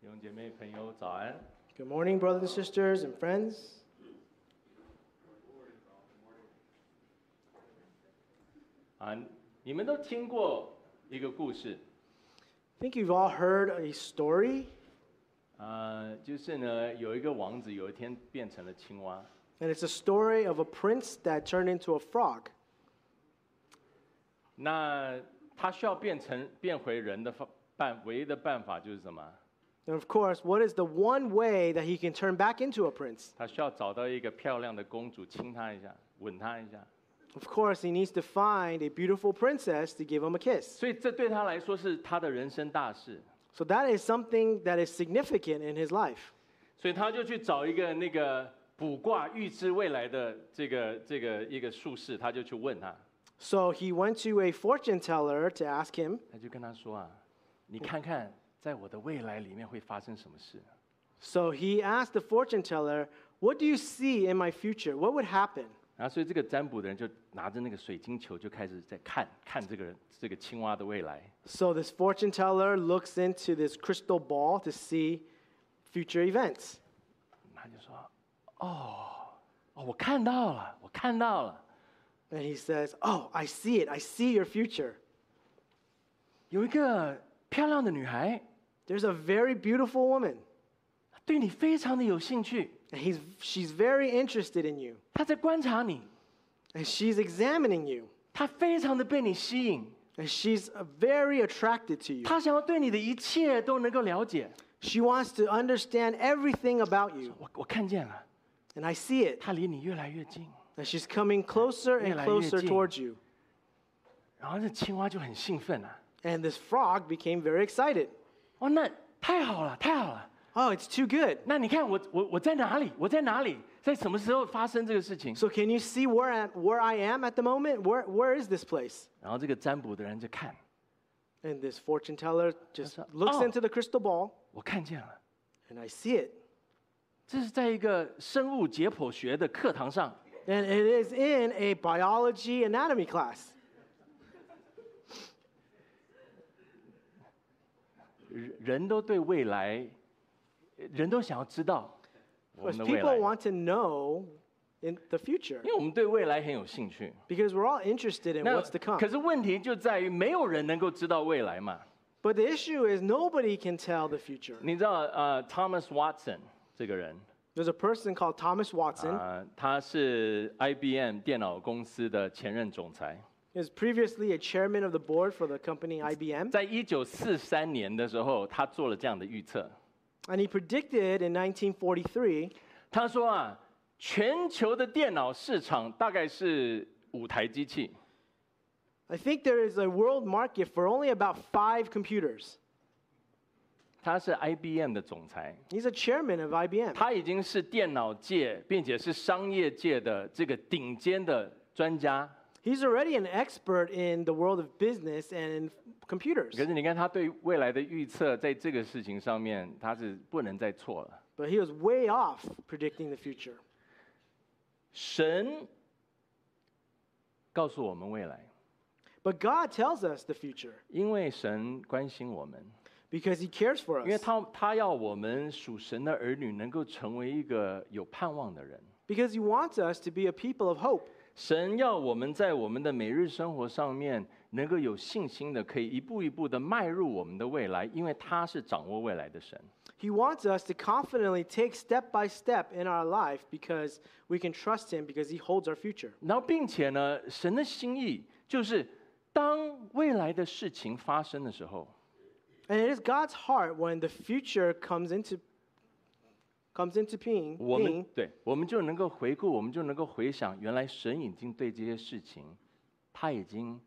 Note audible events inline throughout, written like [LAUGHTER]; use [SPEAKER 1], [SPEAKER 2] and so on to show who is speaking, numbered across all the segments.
[SPEAKER 1] 弟兄姐妹、朋友，早安！
[SPEAKER 2] Good morning, brothers and sisters and friends.
[SPEAKER 1] 啊，你们都听过一个故事，
[SPEAKER 2] I think you've all heard a story,
[SPEAKER 1] 呃，就是呢，有一个王子有一天变成了青蛙，
[SPEAKER 2] and it's a story of a prince that turned into a frog.
[SPEAKER 1] 那他需要变成变回人的方办唯一的办法就是什么？
[SPEAKER 2] And of course, what is the one way that he can turn back into a prince?
[SPEAKER 1] 他需要找到一个漂亮的公主，亲她一下，吻她一下。
[SPEAKER 2] Of course, he needs to find a beautiful princess to give him a kiss.
[SPEAKER 1] 所以这对他来说是他的人生大事，
[SPEAKER 2] So that is something that is significant in his life.
[SPEAKER 1] 所以他就去找一个那个卜卦预知未来的这个这个一个术士，他就去问他，
[SPEAKER 2] So he went to a fortune teller to ask him.
[SPEAKER 1] 他就跟他说啊，你看看在我的未来里面会发生什么事。
[SPEAKER 2] So he asked the fortune teller, What do you see in my future? What would happen?
[SPEAKER 1] 然后，所以这个占卜的人就拿着那个水晶球，就开始在看看这个人这个青蛙的未来。
[SPEAKER 2] So this fortune teller looks into this crystal ball to see future events.
[SPEAKER 1] 他就说：“哦，哦，我看到了，我看到了，
[SPEAKER 2] And he says, Oh, I see it. I see your future.
[SPEAKER 1] 有一个漂亮的女孩
[SPEAKER 2] There's a very beautiful woman,
[SPEAKER 1] 她对你非常的有兴趣，
[SPEAKER 2] and he's, she's very interested in you,
[SPEAKER 1] 她在观察你，
[SPEAKER 2] and she's examining you,
[SPEAKER 1] 她非常的被你吸引，
[SPEAKER 2] and she's uh, very attracted to you.
[SPEAKER 1] 她想要对你的一切都能够了解。
[SPEAKER 2] She wants to understand everything about you,
[SPEAKER 1] 我我看见了，
[SPEAKER 2] and I see it.
[SPEAKER 1] 她离你越来越近。
[SPEAKER 2] And she's coming closer and closer towards you.
[SPEAKER 1] 然后这青蛙就很兴奋啊，
[SPEAKER 2] And this frog became very excited.
[SPEAKER 1] 哦，那太好了，太好了。”
[SPEAKER 2] Oh, it's too good.
[SPEAKER 1] 那你看我我我在哪里？我在哪里？在什么时候发生这个事情？
[SPEAKER 2] So can you see where I, where I am at the moment? Where, where is this place?
[SPEAKER 1] 然后这个占卜的人就看，
[SPEAKER 2] And this fortune teller just
[SPEAKER 1] That's a-
[SPEAKER 2] looks
[SPEAKER 1] oh.
[SPEAKER 2] into the crystal ball,
[SPEAKER 1] 我看见了，
[SPEAKER 2] and I see it.
[SPEAKER 1] 这是在一个生物解剖学的课堂上，
[SPEAKER 2] And it is in a biology anatomy class.
[SPEAKER 1] 人人都对未来，人都想要知道我
[SPEAKER 2] Because
[SPEAKER 1] 们的未来
[SPEAKER 2] people，want to know in the future
[SPEAKER 1] 因为我们对未来很有兴趣。
[SPEAKER 2] because we're all interested in
[SPEAKER 1] 那
[SPEAKER 2] what's to come.
[SPEAKER 1] 可是问题就在于没有人能够知道未来嘛？
[SPEAKER 2] But the issue is nobody can tell the future.
[SPEAKER 1] 你知道呃，Thomas Watson 这个人
[SPEAKER 2] There's a person called Thomas Watson.
[SPEAKER 1] 啊、呃他是 IBM 电脑公司的前任总裁。
[SPEAKER 2] He was previously a chairman of the board for the company IBM.
[SPEAKER 1] 在一九四三年的时候，他做了这样的预测，
[SPEAKER 2] And he predicted in 1943
[SPEAKER 1] 他说啊，全球的电脑市场大概是五台机器，
[SPEAKER 2] I think there is a world market for only about five computers.
[SPEAKER 1] 他是 IBM 的总裁，
[SPEAKER 2] He's a chairman of IBM.
[SPEAKER 1] 他已经是电脑界并且是商业界的这个顶尖的专家。
[SPEAKER 2] He's already an expert in the world of business and in computers.
[SPEAKER 1] 可是你看他对未来的预测，在这个事情上面，他是不能再错了。
[SPEAKER 2] But he was way off predicting the future.
[SPEAKER 1] 神告诉我们未来，
[SPEAKER 2] But God tells us the future
[SPEAKER 1] 因为神关心我们。
[SPEAKER 2] because he cares for
[SPEAKER 1] 因为
[SPEAKER 2] us.
[SPEAKER 1] 他他要我们属神的儿女能够成为一个有盼望的人，
[SPEAKER 2] Because he wants us to be a people of hope.
[SPEAKER 1] 神要我们在我们的每日生活上面能够有信心的，可以一步一步的迈入我们的未来，因为他是掌握未来的神。
[SPEAKER 2] He wants us to confidently take step by step in our life because we can trust him because he holds our future.
[SPEAKER 1] 然后，并且呢，神的心意就是，当未来的事情发生的时候，
[SPEAKER 2] And it is God's heart when the future comes into comes into being,
[SPEAKER 1] 我们
[SPEAKER 2] being
[SPEAKER 1] 对我们就能够回顾，我们就能够回想，原来神已经对这些事情，他已经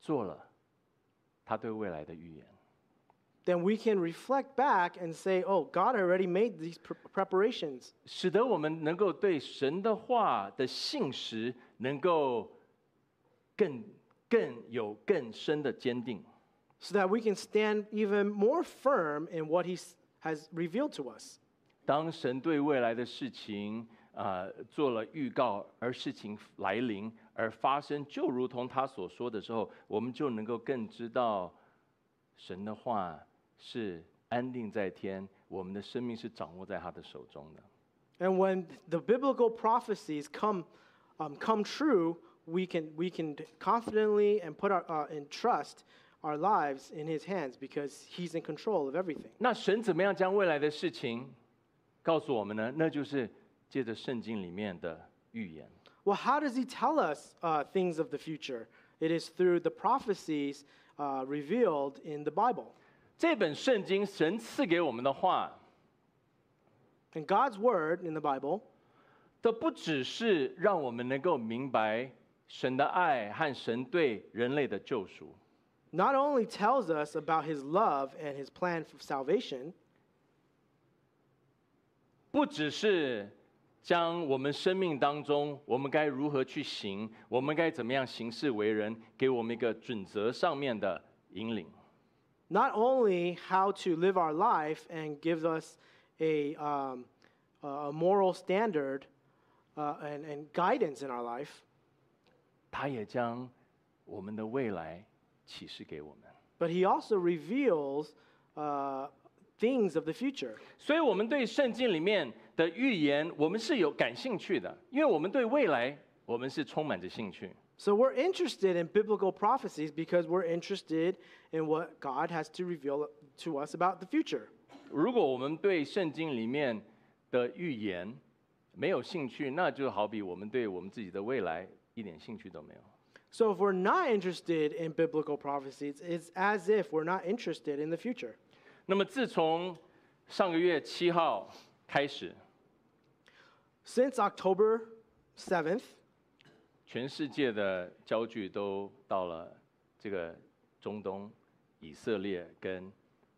[SPEAKER 1] 做了他对未来的预言。
[SPEAKER 2] then we can reflect back and say, "Oh, God already made these pr- preparations."
[SPEAKER 1] 使得我们能够对神的话的信实能够更更有更深的坚定。
[SPEAKER 2] so that we can stand even more firm in what he s- has revealed to us.
[SPEAKER 1] 当神对未来的事情呃做了预告，而事情来临而发生，就如同他所说的时候，我们就能够更知道神的话是安定在天，我们的生命是掌握在他的手中的。
[SPEAKER 2] And when the biblical prophecies come, um, come true, we can, we can confidently and put our, uh, and trust our lives in His hands because He's in control of everything.
[SPEAKER 1] 那神怎么样将未来的事情告诉我们呢？那就是借着圣经里面的预言。
[SPEAKER 2] Well, how does He tell us uh, things of the future? It is through the prophecies uh, revealed in the Bible.
[SPEAKER 1] 这本圣经神赐给我们的话，
[SPEAKER 2] And God's word in the Bible,
[SPEAKER 1] 这不只是让我们能够明白神的爱和神对人类的救赎，
[SPEAKER 2] not only tells us about his love and his plan for salvation,
[SPEAKER 1] 不只是将我们生命当中我们该如何去行，我们该怎么样行事为人，给我们一个准则上面的引领。
[SPEAKER 2] not only how to live our life and gives us a, um, a moral standard uh, and, and guidance in our life,
[SPEAKER 1] 他也将我们的未来启示给我们。
[SPEAKER 2] but he also reveals uh, things of the future.
[SPEAKER 1] 所以，我们对圣经里面的预言，我们是有感兴趣的，因为我们对未来，我们是充满着兴趣。
[SPEAKER 2] So we're interested in biblical prophecies because we're interested in what God has to reveal to us about the future.
[SPEAKER 1] 如果我们对圣经里面的预言没有兴趣，那就好比我们对我们自己的未来一点兴趣都没有。
[SPEAKER 2] So if we're not interested in biblical prophecies, it's as if we're not interested in the future.
[SPEAKER 1] 那么，自从上个月七号开始，
[SPEAKER 2] Since October 7th,
[SPEAKER 1] 全世界的焦距都到了这个中东、以色列跟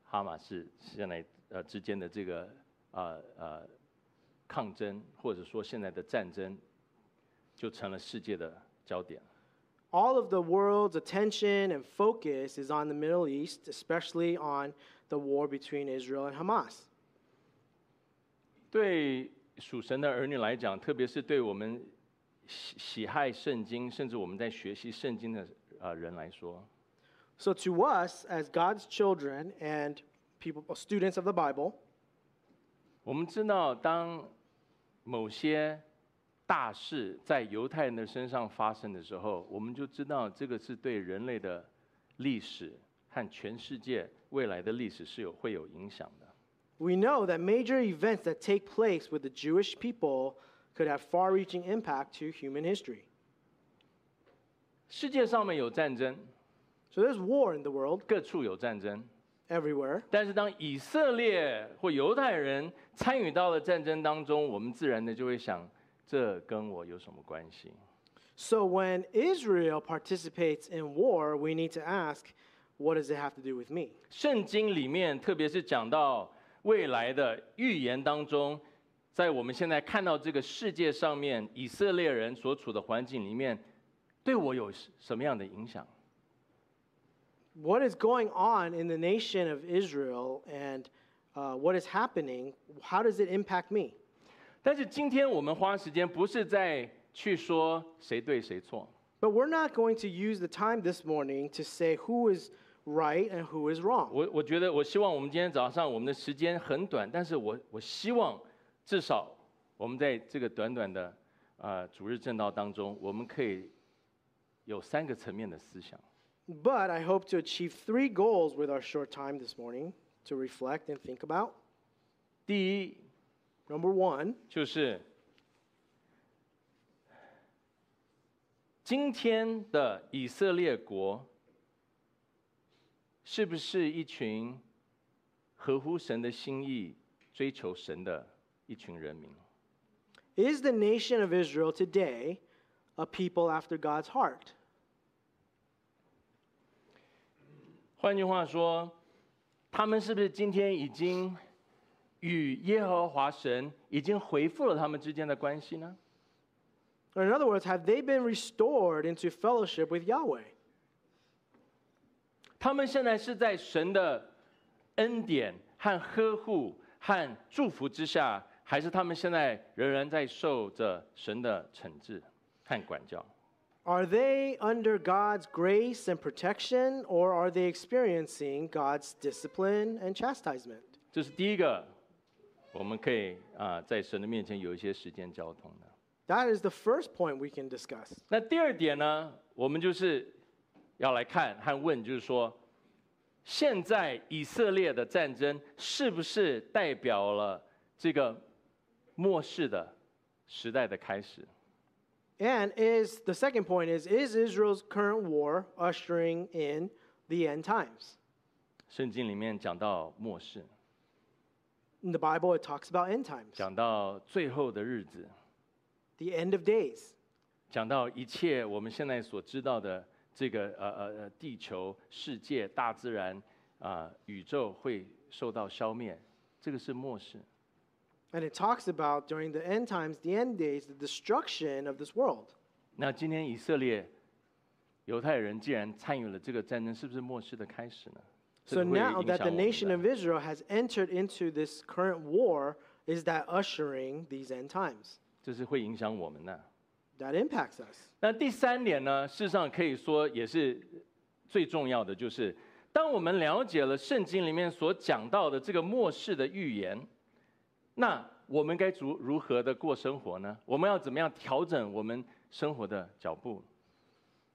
[SPEAKER 1] 哈马斯现在呃之间的这个呃呃抗争，或者说现在的战争，就成了世界的焦点。
[SPEAKER 2] all of the world's attention and focus is on the Middle East, especially on the war between Israel and Hamas.
[SPEAKER 1] 对属神的儿女来讲，特别是对我们喜喜爱圣经，甚至我们在学习圣经的呃人来说，
[SPEAKER 2] So to us as God's children and people uh, students of the Bible,
[SPEAKER 1] 我们知道，当某些大事在犹太人的身上发生的时候，我们就知道这个是对人类的历史和全世界未来的历史是有会有影响的。
[SPEAKER 2] we know that major events that take place with the Jewish people could have far-reaching impact to human history.
[SPEAKER 1] 世界上面有战争，
[SPEAKER 2] So there's war in the world
[SPEAKER 1] 各处有战争，
[SPEAKER 2] everywhere.
[SPEAKER 1] 但是当以色列或犹太人参与到了战争当中，我们自然的就会想，这跟我有什么关系？
[SPEAKER 2] So when Israel participates in war, we need to ask, what does it have to do with me?
[SPEAKER 1] 圣经里面，特别是讲到未来的预言当中，在我们现在看到这个世界上面以色列人所处的环境里面，对我有什么样的影响？
[SPEAKER 2] What is going on in the nation of Israel and uh, what is happening? How does it impact me?
[SPEAKER 1] 但是今天我们花时间不是在去说谁对谁错，
[SPEAKER 2] But we're not going to use the time this morning to say who is right and who is wrong.
[SPEAKER 1] 我我觉得我希望我们今天早上我们的时间很短，但是我我希望至少我们在这个短短的呃主日正道当中，我们可以有三个层面的思想。
[SPEAKER 2] But I hope to achieve three goals with our short time this morning to reflect and think about.
[SPEAKER 1] 第一，
[SPEAKER 2] Number one,
[SPEAKER 1] 就是今天的以色列国，是不是一群合乎神的心意、追求神的一群人民？
[SPEAKER 2] is the nation of Israel today a people after God's heart?
[SPEAKER 1] 换句话说，他们是不是今天已经与耶和华神已经回复了他们之间的关系呢？
[SPEAKER 2] Or in other words, have they been restored into fellowship with Yahweh?
[SPEAKER 1] 他们现在是在神的恩典和呵护和祝福之下，还是他们现在仍然在受着神的惩治和管教？
[SPEAKER 2] Are they under God's grace and protection, or are they experiencing God's discipline and chastisement?
[SPEAKER 1] 这是第一个，我们可以啊、在神的面前有一些时间交通的。
[SPEAKER 2] That is the first point we can discuss.
[SPEAKER 1] 那第二点呢，我们就是要来看和问，就是说，现在以色列的战争是不是代表了这个末世的时代的开始？
[SPEAKER 2] And is the second point is is Israel's current war ushering in the end times?
[SPEAKER 1] 圣经里面讲到末世，
[SPEAKER 2] In the Bible it talks about end times,
[SPEAKER 1] 讲到最后的日子，
[SPEAKER 2] the end of days,
[SPEAKER 1] 讲到一切我们现在所知道的这个呃呃呃地球、世界、大自然啊、宇宙会受到消灭，这个是末世。
[SPEAKER 2] and it talks about during the end times, the end days, the destruction of this world.
[SPEAKER 1] 那今天以色列犹太人既然参与了这个战争，是不是末世的开始呢？这
[SPEAKER 2] So
[SPEAKER 1] 个会影响
[SPEAKER 2] now that the
[SPEAKER 1] 我们
[SPEAKER 2] nation
[SPEAKER 1] 的
[SPEAKER 2] of Israel has entered into this current war, is that ushering these end times?
[SPEAKER 1] 这是会影响我们的。
[SPEAKER 2] That impacts us.
[SPEAKER 1] 那第三点呢，事实上可以说也是最重要的，就是当我们了解了圣经里面所讲到的这个末世的预言，那我们该如如何的过生活呢？我们要怎么样调整我们生活的脚步？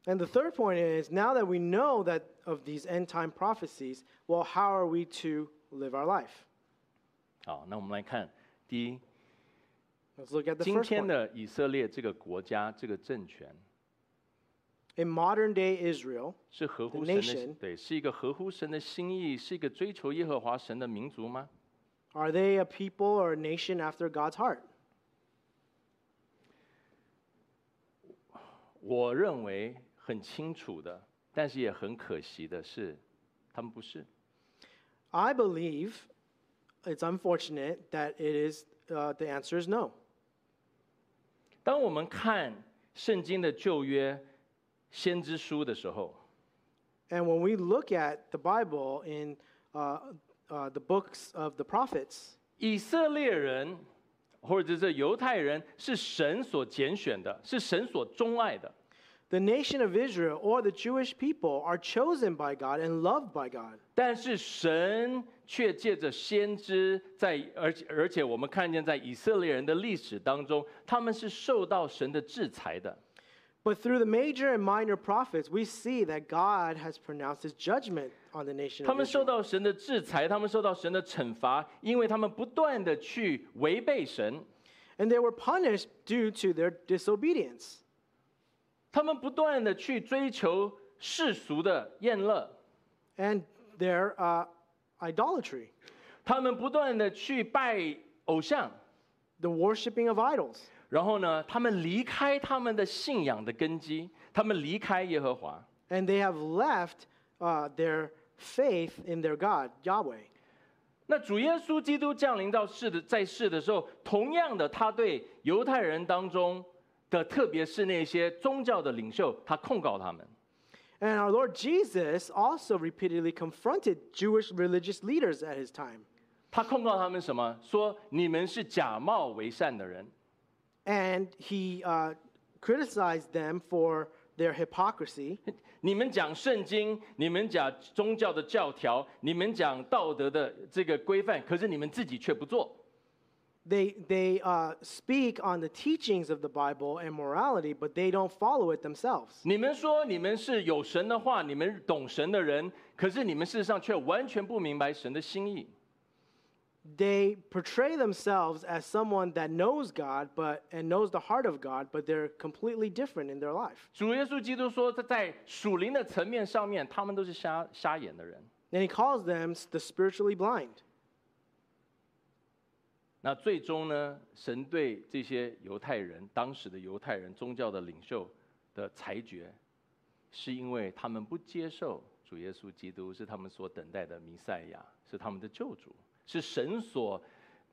[SPEAKER 2] And the third point is now that we know that of these end time prophecies, well, how are we to live our life?
[SPEAKER 1] 好，那我们来看第一，
[SPEAKER 2] Let's look at the
[SPEAKER 1] 今
[SPEAKER 2] first
[SPEAKER 1] 天
[SPEAKER 2] point.
[SPEAKER 1] 的以色列这个国家这个政权
[SPEAKER 2] In modern day Israel,
[SPEAKER 1] 是合乎
[SPEAKER 2] The
[SPEAKER 1] 神的
[SPEAKER 2] nation-
[SPEAKER 1] 对，是一个合乎神的心意，是一个追求耶和华神的民族吗？
[SPEAKER 2] are they a people or a nation after God's heart?
[SPEAKER 1] 我认为很清楚的，但是也很可惜的是，他们不是。
[SPEAKER 2] I believe it's unfortunate that it is, uh, the answer is no.
[SPEAKER 1] 当我们看圣经的旧约先知书的时候，
[SPEAKER 2] And when we look at the Bible in uh, uh, the books of the prophets,
[SPEAKER 1] 以色列人或者是犹太人是神所拣选的，是神所钟爱的。
[SPEAKER 2] the nation of Israel or the Jewish people are chosen by God and loved by God.
[SPEAKER 1] 但是神却借着先知在，而且而且我们看见在以色列人的历史当中，他们是受到神的制裁的。
[SPEAKER 2] But through the major and minor prophets, we see that God has pronounced his judgment on the nation
[SPEAKER 1] 他
[SPEAKER 2] of
[SPEAKER 1] 们受
[SPEAKER 2] Israel.
[SPEAKER 1] 到神的制裁，他们受到神的惩罚，因为他们不断的去违背神，
[SPEAKER 2] And they were punished due to their disobedience.
[SPEAKER 1] 他们不断的去追求世俗的厌乐，
[SPEAKER 2] and their uh, idolatry,
[SPEAKER 1] 他们不断的去拜偶像，
[SPEAKER 2] the worshiping of idols.
[SPEAKER 1] 然后呢，他们离开他们的信仰的根基，他们离开耶和华。
[SPEAKER 2] And they have left uh, their faith in their God, Yahweh.
[SPEAKER 1] 那主耶稣基督降临到世的在世的时候，同样的，他对犹太人当中的，特别是那些宗教的领袖，他控告他们。
[SPEAKER 2] And our Lord Jesus also repeatedly confronted Jewish religious leaders at his time.
[SPEAKER 1] 他控告他们什么？说你们是假冒为善的人，
[SPEAKER 2] And he uh, criticized them for their hypocrisy.
[SPEAKER 1] 你们讲圣经，你们讲宗教的教条，你们讲道德的这个规范，可是你们自己却不做。
[SPEAKER 2] They, they uh, speak on the teachings of the Bible and morality, but they don't follow it themselves.
[SPEAKER 1] 你们说你们是有神的话，你们懂神的人，可是你们事实上却完全不明白神的心意。
[SPEAKER 2] they portray themselves as someone that knows God but and knows the heart of God, but they're completely different in their life.
[SPEAKER 1] 主耶稣基督说，在在属灵的层面上面，他们都是瞎瞎眼的人。
[SPEAKER 2] And he calls them s- the spiritually blind.
[SPEAKER 1] 那最终呢，神对这些犹太人，当时的犹太人宗教的领袖的裁决，是因为他们不接受主耶稣基督是他们所等待的弥赛亚，是他们的救主，是神所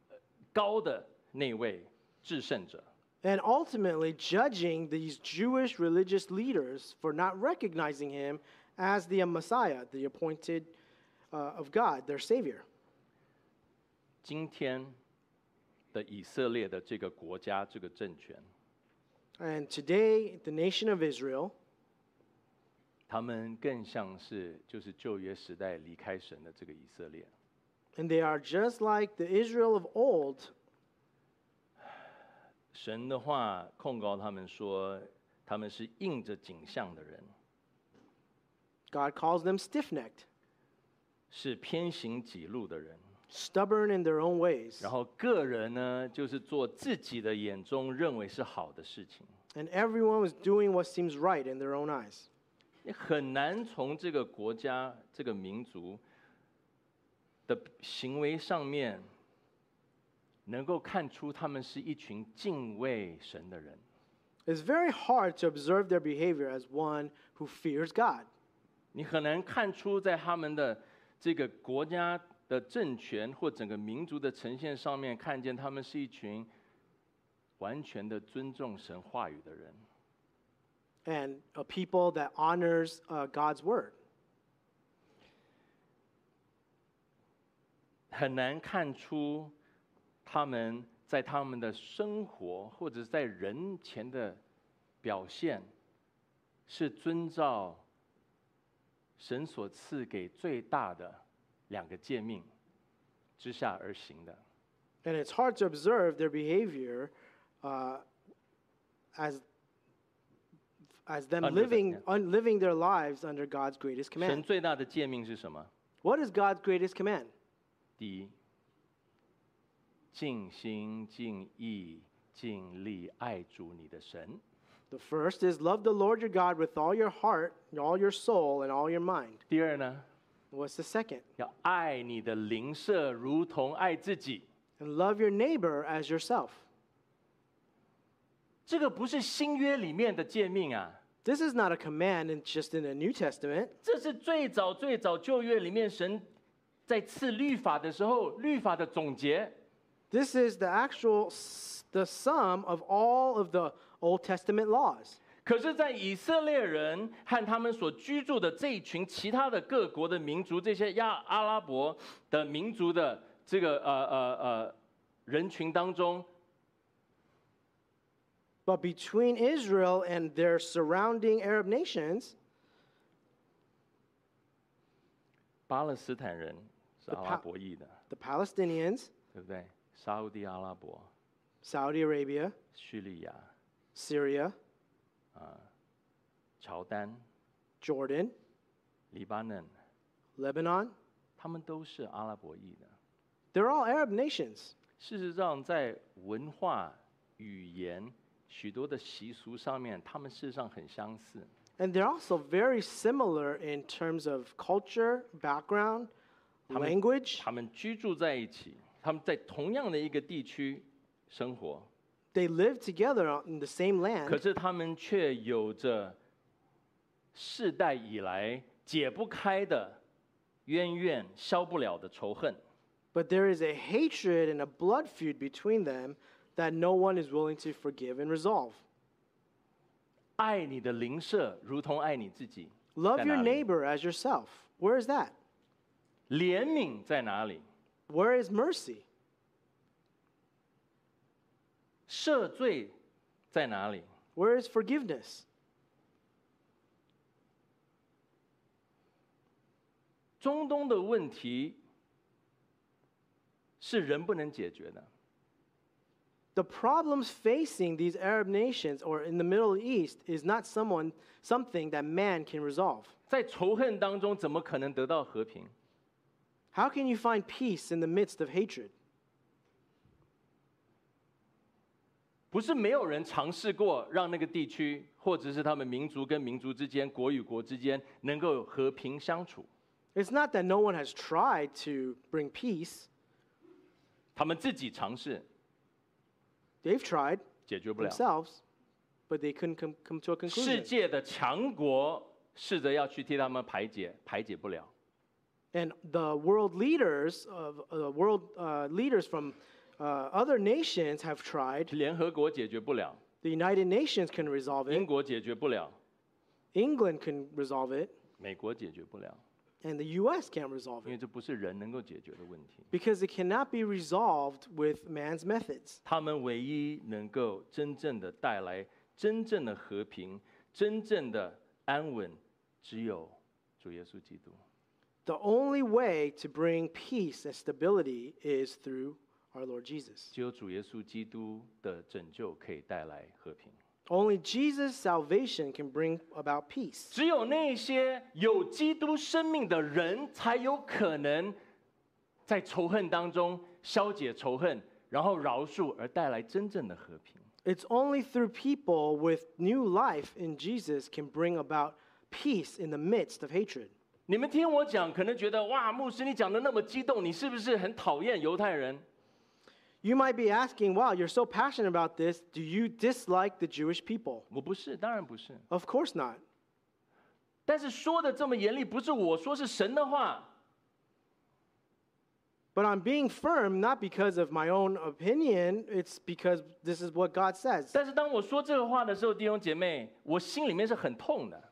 [SPEAKER 1] 呃高的那位至圣者。
[SPEAKER 2] And ultimately judging these Jewish religious leaders for not recognizing him as the Messiah, the appointed uh, of God, their Savior.
[SPEAKER 1] 今天的以色列的这个国家、这个政权，
[SPEAKER 2] And today, the nation of Israel,
[SPEAKER 1] 他们更像是就是旧约时代离开神的这个以色列，
[SPEAKER 2] and they are just like the Israel of old.
[SPEAKER 1] 神的话控告他们说，他们是应着景象的人，
[SPEAKER 2] God calls them stiff necked,
[SPEAKER 1] 是偏行己路的人。
[SPEAKER 2] stubborn in their own ways.
[SPEAKER 1] 然后个人呢，就是做自己的眼中认为是好的事情，
[SPEAKER 2] And everyone was doing what seems right in their own eyes.
[SPEAKER 1] 你很难从这个国家、这个民族的行为上面，能够看出他们是一群敬畏神的人。
[SPEAKER 2] It's very hard to observe their behavior as one who fears God.
[SPEAKER 1] 你很难看出在他们的这个国家的政权或整个民族的呈现上面，看见他们是一群完全的尊重神话语的人。 [LAUGHS]
[SPEAKER 2] and a people that honors uh, God's word.
[SPEAKER 1] 很难看出他们在他们的生活或者是在人前的表现，是遵照神所赐给最大的两个诫命之下而行的。
[SPEAKER 2] And it's hard to observe their behavior uh, as, as them
[SPEAKER 1] Under the-
[SPEAKER 2] living,
[SPEAKER 1] yeah.
[SPEAKER 2] un- living their lives under God's
[SPEAKER 1] 神
[SPEAKER 2] greatest command.
[SPEAKER 1] 最大的诫命是什么？
[SPEAKER 2] What is God's greatest command?
[SPEAKER 1] 第一，尽心、尽意、尽力爱主你的神。
[SPEAKER 2] The first is love the Lord your God with all your heart, and all your soul, and all your mind.
[SPEAKER 1] 第二呢，
[SPEAKER 2] What's the second?
[SPEAKER 1] 要爱你的邻舍，如同爱自己。
[SPEAKER 2] And love your neighbor as yourself.
[SPEAKER 1] 这个不是新约里面的诫命啊，
[SPEAKER 2] This is not a command in, just in the New Testament.
[SPEAKER 1] 这是最早最早旧约里面神在赐律法的时候，律法的总结。
[SPEAKER 2] This is the actual, s- the sum of all of the Old Testament laws.
[SPEAKER 1] 可是，在以色列人和他们所居住的这一群其他的各国的民族，这些亚阿拉伯的民族的这个呃呃呃人群当中，
[SPEAKER 2] But between Israel and their surrounding Arab nations,
[SPEAKER 1] 巴勒斯坦人是阿拉伯裔的，
[SPEAKER 2] the Palestinians,
[SPEAKER 1] 对不对？沙烏地阿拉伯、
[SPEAKER 2] Saudi Arabia,
[SPEAKER 1] 叙利亚、
[SPEAKER 2] Syria,
[SPEAKER 1] 乔丹、
[SPEAKER 2] Jordan,
[SPEAKER 1] 黎巴嫩，
[SPEAKER 2] Lebanon,
[SPEAKER 1] 他们都是阿拉伯裔的。
[SPEAKER 2] they're all Arab nations.
[SPEAKER 1] 事实上，在文化、语言、许多的习俗上面，他们事实上很相似。
[SPEAKER 2] And they're also very similar in terms of culture, background, language.
[SPEAKER 1] 他们居住在一起，他们在同样的一个地区生活，
[SPEAKER 2] They live together on- in the same
[SPEAKER 1] 可
[SPEAKER 2] land,
[SPEAKER 1] 是他们却有着世代以来解不开的渊源、消不了的仇恨。
[SPEAKER 2] but there is a hatred and a blood feud between them that no one is willing to forgive and resolve.
[SPEAKER 1] 爱你的邻舍，如同爱你自己。在
[SPEAKER 2] Love
[SPEAKER 1] 哪
[SPEAKER 2] your
[SPEAKER 1] 里？
[SPEAKER 2] neighbor as yourself. Where is that?
[SPEAKER 1] 怜悯在哪里？
[SPEAKER 2] Where is mercy?
[SPEAKER 1] 赦罪在哪里？
[SPEAKER 2] Where is forgiveness?
[SPEAKER 1] 中东的问题是人不能解决的，
[SPEAKER 2] The problems facing these Arab nations or in the Middle East is not someone something that man can resolve.
[SPEAKER 1] 在仇恨当中怎么可能得到和平？
[SPEAKER 2] How can you find peace in the midst of hatred?
[SPEAKER 1] 不是没有人尝试过让那个地区，或者是他们民族跟民族之间、国与国之间能够和平相处。
[SPEAKER 2] It's not that no one has tried to bring peace.
[SPEAKER 1] 他们自己尝试
[SPEAKER 2] They've tried
[SPEAKER 1] 解决不了。
[SPEAKER 2] themselves, but they couldn't come, come to a
[SPEAKER 1] 世
[SPEAKER 2] conclusion.
[SPEAKER 1] 界的强国试着要去替他们排解，排解不了。
[SPEAKER 2] And the world leaders of uh, world uh, leaders from uh, other nations have tried.
[SPEAKER 1] 联合国解决不了，
[SPEAKER 2] The United Nations can resolve
[SPEAKER 1] 英
[SPEAKER 2] it.
[SPEAKER 1] 国解决不了，
[SPEAKER 2] England can resolve it,
[SPEAKER 1] 美国解决不了，
[SPEAKER 2] and the U.S. can't resolve it.
[SPEAKER 1] 因为这不是人能够解决的问题。
[SPEAKER 2] because it cannot be resolved with man's methods.
[SPEAKER 1] 他们唯一能够真正的带来真正的和平、真正的安稳，只有主耶稣基督。
[SPEAKER 2] The only way to bring peace and stability is through our Lord Jesus.
[SPEAKER 1] 只有主耶稣基督的拯救可以带来和平。
[SPEAKER 2] Only Jesus' salvation can bring about peace.
[SPEAKER 1] 只有那些有基督生命的人，才有可能在仇恨当中消解仇恨，然后饶恕，而带来真正的和平。
[SPEAKER 2] It's only through people with new life in Jesus can bring about peace in the midst of hatred.
[SPEAKER 1] 你们听我讲，可能觉得哇，牧师你讲的那么激动，你是不是很讨厌犹太人？
[SPEAKER 2] You might be asking, wow, you're so passionate about this. Do you dislike the Jewish people?
[SPEAKER 1] 我不是，当然不是。
[SPEAKER 2] Of course not.
[SPEAKER 1] 但是说的这么严厉，不是我说，是神的话。
[SPEAKER 2] But I'm being firm not because of my own opinion, it's because this is what God says.
[SPEAKER 1] 但是当我说这个话的时候，弟兄姐妹，我心里面是很痛的，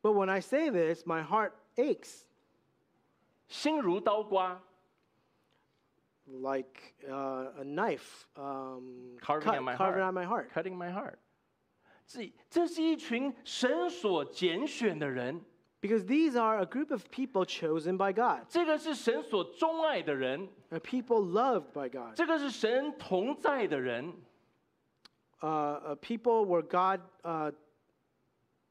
[SPEAKER 2] But when I say this, my heart aches
[SPEAKER 1] 心如刀刮
[SPEAKER 2] like uh, a knife um,
[SPEAKER 1] Carving
[SPEAKER 2] cut-
[SPEAKER 1] at my heart.
[SPEAKER 2] carving out my heart.
[SPEAKER 1] ，cutting my heart。这这是一群神所拣选的人，
[SPEAKER 2] Because these are a group of people chosen by God,
[SPEAKER 1] 这个是神所钟爱的人，
[SPEAKER 2] a people loved by God,
[SPEAKER 1] 这个是神同在的人，
[SPEAKER 2] uh, a people where God uh,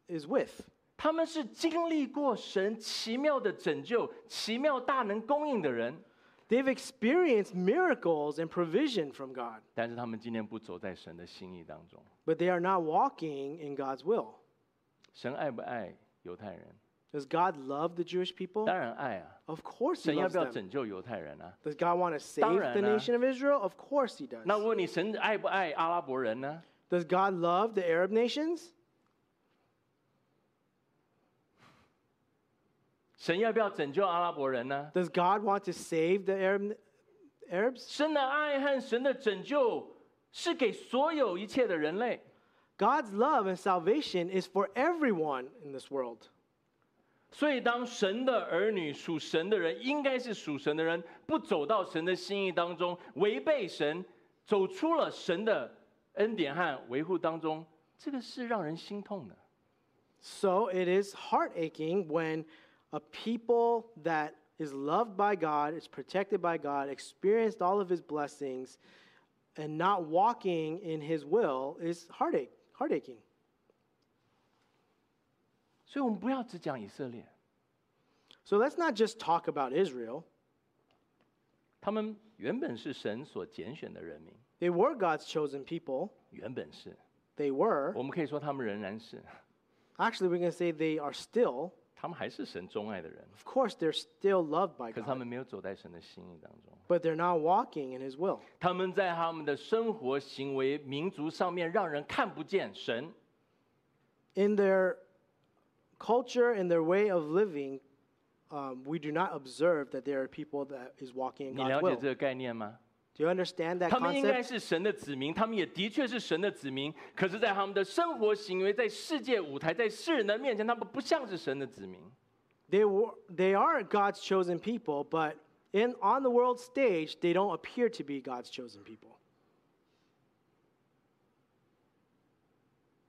[SPEAKER 2] is with.
[SPEAKER 1] 他们是经历过神奇妙的拯救、奇妙大能供应的人，
[SPEAKER 2] They've experienced miracles and provision from God,
[SPEAKER 1] 但是他们今天不走在神的心意当中。
[SPEAKER 2] but they are not walking in God's will.
[SPEAKER 1] 神爱不爱犹太人？
[SPEAKER 2] Does God love the Jewish people?
[SPEAKER 1] 当然爱啊！
[SPEAKER 2] Of course, He
[SPEAKER 1] 神要
[SPEAKER 2] loves
[SPEAKER 1] 不要
[SPEAKER 2] them.
[SPEAKER 1] 拯救犹太人啊？
[SPEAKER 2] Does God want to save the
[SPEAKER 1] 当然啊。
[SPEAKER 2] nation of Israel? Of course, He does.
[SPEAKER 1] 那我问你，神爱不爱阿拉伯人呢？
[SPEAKER 2] Does God love the Arab nations?
[SPEAKER 1] 神要不要拯救阿拉伯人呢？
[SPEAKER 2] Does God want to save the Arab Arabs?
[SPEAKER 1] 神的爱和神的拯救是给所有一切的人类。
[SPEAKER 2] God's love and salvation is for everyone in this world.
[SPEAKER 1] 所以，当神的儿女属神的人，应该是属神的人，不走到神的心意当中，违背神，走出了神的恩典和维护当中，这个是让人心痛的。
[SPEAKER 2] So it is heart aching when a people that is loved by God, is protected by God, experienced all of his blessings, and not walking in his will is heartache, heartaching.
[SPEAKER 1] 所以我们不要只讲以色列，
[SPEAKER 2] So let's not just talk about Israel.
[SPEAKER 1] 他们原本是神所拣选的人民，
[SPEAKER 2] They were God's chosen people.
[SPEAKER 1] 原本是，
[SPEAKER 2] They were.
[SPEAKER 1] 我们可以说他们仍然是，
[SPEAKER 2] Actually, we can say they are still.
[SPEAKER 1] 他们还是神钟爱的人，
[SPEAKER 2] Of course, they're still loved by
[SPEAKER 1] 可是他
[SPEAKER 2] God,
[SPEAKER 1] 们没有走在神的心意当中。
[SPEAKER 2] but they're not walking in his will.
[SPEAKER 1] 他们在他们的生活、行为、民族上面，让人看不见神。
[SPEAKER 2] in their culture and their way of living, um, we do not observe that there are people that is walking in
[SPEAKER 1] 你了
[SPEAKER 2] God's
[SPEAKER 1] 解
[SPEAKER 2] will.
[SPEAKER 1] 这个概念吗？
[SPEAKER 2] Do you understand that
[SPEAKER 1] 他们应该
[SPEAKER 2] concept?
[SPEAKER 1] 是神的子民，他们也的确是神的子民。可是，在他们的生活行为、在世界舞台、在世人的面前，他们不像是神的子民。
[SPEAKER 2] They were, they are God's chosen people, but in on the world stage, they don't appear to be God's chosen people.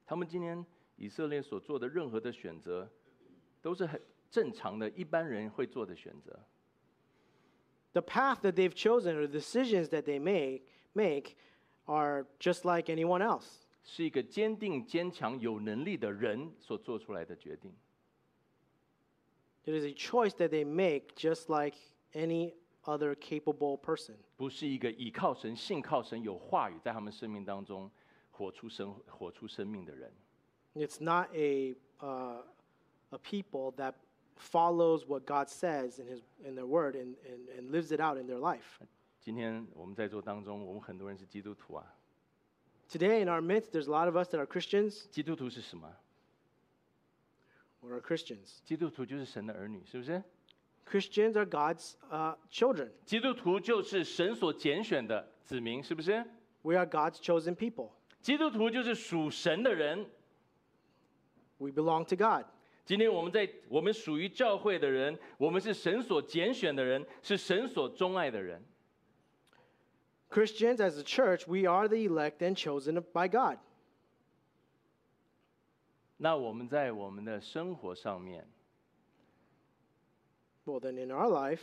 [SPEAKER 1] 他们今天以色列所做的任何的选择，都是很正常的，一般人会做的选择。
[SPEAKER 2] The path that they've chosen or the decisions that they make make are just like anyone else.
[SPEAKER 1] 是一个坚定、坚强、有能力的人所做出来的决定。
[SPEAKER 2] It is a choice that they make just like any other capable person.
[SPEAKER 1] 不是一个倚靠神、信靠神、有话语在他们生命当中活出生、活出生命的人。
[SPEAKER 2] It's not a, uh, a people that follows what God says in, his, in their word and, and, and lives it out in their life.
[SPEAKER 1] 今天我们在座当中，我们很多人是基督徒啊。
[SPEAKER 2] Today, in our midst, there's a lot of us that are Christians
[SPEAKER 1] 基督徒是什么？
[SPEAKER 2] or are Christians.
[SPEAKER 1] 基督徒就是神的儿女，是不是？
[SPEAKER 2] Christians are God's uh, children.
[SPEAKER 1] 基督徒就是神所拣选的子民，是不是？
[SPEAKER 2] We are God's chosen people.
[SPEAKER 1] 基督徒就是属神的人。
[SPEAKER 2] We belong to God.
[SPEAKER 1] 今天我们在我们属于教会的人，我们是神所拣选的人，是神所钟爱的人。
[SPEAKER 2] Christians, as a church, we are the elect and chosen of- by God.
[SPEAKER 1] 那我们在我们的生活上面，
[SPEAKER 2] Well, then in our life,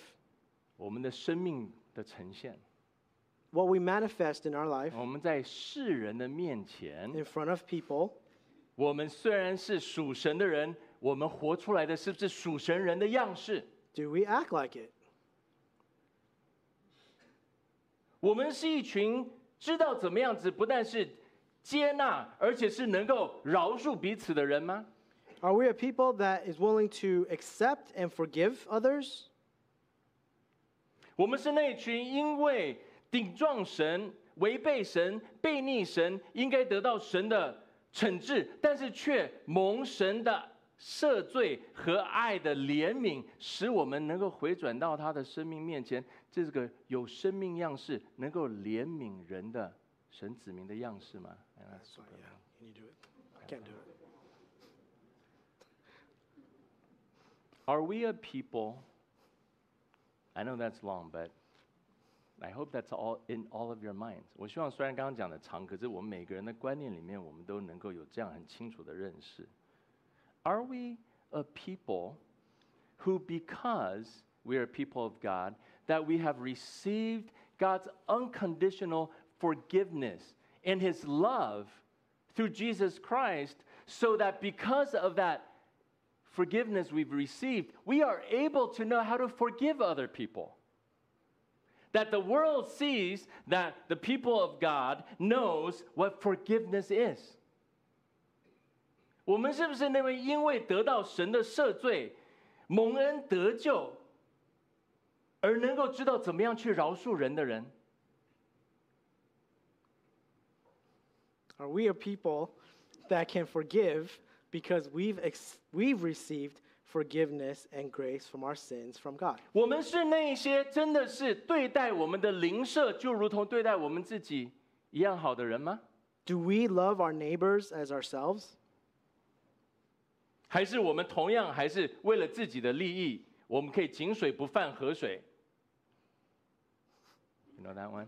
[SPEAKER 1] 我们的生命的呈现，
[SPEAKER 2] what we manifest in our life,
[SPEAKER 1] 我们在世人的面前，
[SPEAKER 2] in front of people,
[SPEAKER 1] 我们虽然是属神的人，我们活出来的是不是属神人的样式？
[SPEAKER 2] do we act like it?
[SPEAKER 1] 我们是一群知道怎么样子，不但是接纳，而且是能够饶恕彼此的人吗？
[SPEAKER 2] Are we a people that is willing to accept and forgive others?
[SPEAKER 1] 我们是那群因为顶撞神、违背神、背逆神，应该得到神的惩治，但是却蒙神的赦罪和爱的怜悯，使我们能够回转到他的生命面前，这是个有生命样式、能够怜悯人的神子民的样式吗？哎那是
[SPEAKER 2] Sorry, yeah. Can you do it? I can't do it.
[SPEAKER 1] Are we a people? I know that's long, but I hope that's all in all of your minds. 我希望虽然刚刚讲的长，可是我们每个人的观念里面，我们都能够有这样很清楚的认识。Are we a people who, because we are people of God, that we have received God's unconditional forgiveness and His love through Jesus Christ, so that because of that forgiveness we've received, we are able to know how to forgive other people. That the world sees that the people of God knows what forgiveness is. 我们是不是那位因为得到神的赦罪、蒙恩得救，而能够知道怎么样去饶恕人的人？
[SPEAKER 2] Are we a people that can forgive because we've, ex- we've received forgiveness and grace from our sins from God?
[SPEAKER 1] 我们是那些真的是对待我们的邻舍，就如同对待我们自己一样好的人吗？
[SPEAKER 2] Do we love our neighbors as ourselves?
[SPEAKER 1] 还是我们同样还是为了自己的利益，我们可以井水不犯河水？You know that one？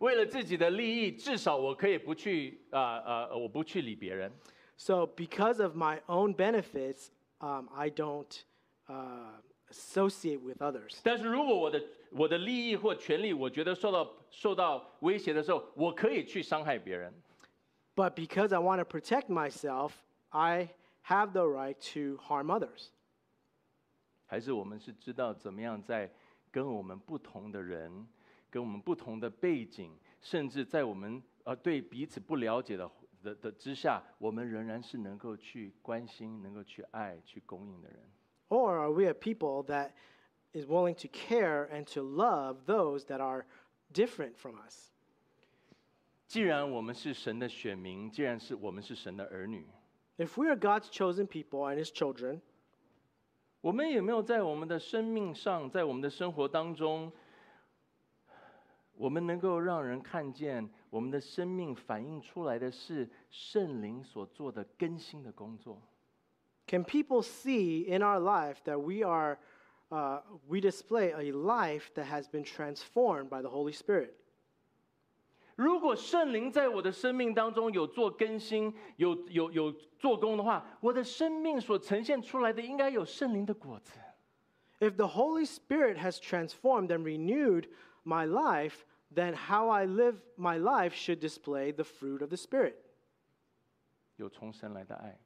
[SPEAKER 1] 为了自己的利益，至少我可以不去啊啊、呃我不去理别人。
[SPEAKER 2] So, because of my own benefits, um, I don't uh, associate with others.
[SPEAKER 1] 但是如果我的我的利益或权利，我觉得受到受到威胁的时候，我可以去伤害别人。
[SPEAKER 2] But because I want to protect myself, I have the right to harm others.
[SPEAKER 1] 还是我们是知道怎么样在跟我们不同的人、跟我们不同的背景，甚至在我们呃对彼此不了解的的的之下，我们仍然是能够去关心、能够去爱、去供应的人。
[SPEAKER 2] Or are we a people that is willing to care and to love those that are different from us?
[SPEAKER 1] 既然我们是神的选民，既然是我们是神的儿女，
[SPEAKER 2] If we are God's chosen people and His children,
[SPEAKER 1] 我们有没有在我们的生命上，在我们的生活当中，我们能够让人看见我们的生命反映出来的是圣灵所做的更新的工作？
[SPEAKER 2] can people see in our life that we are, uh, we display a life that has been transformed by the Holy Spirit?
[SPEAKER 1] 如果圣灵在我的生命当中有做更新、有有有做工的话，我的生命所呈现出来的应该有圣灵的果子。
[SPEAKER 2] If the Holy Spirit has transformed and renewed my life, then how I live my life should display the fruit of the Spirit.
[SPEAKER 1] 有从神来的爱，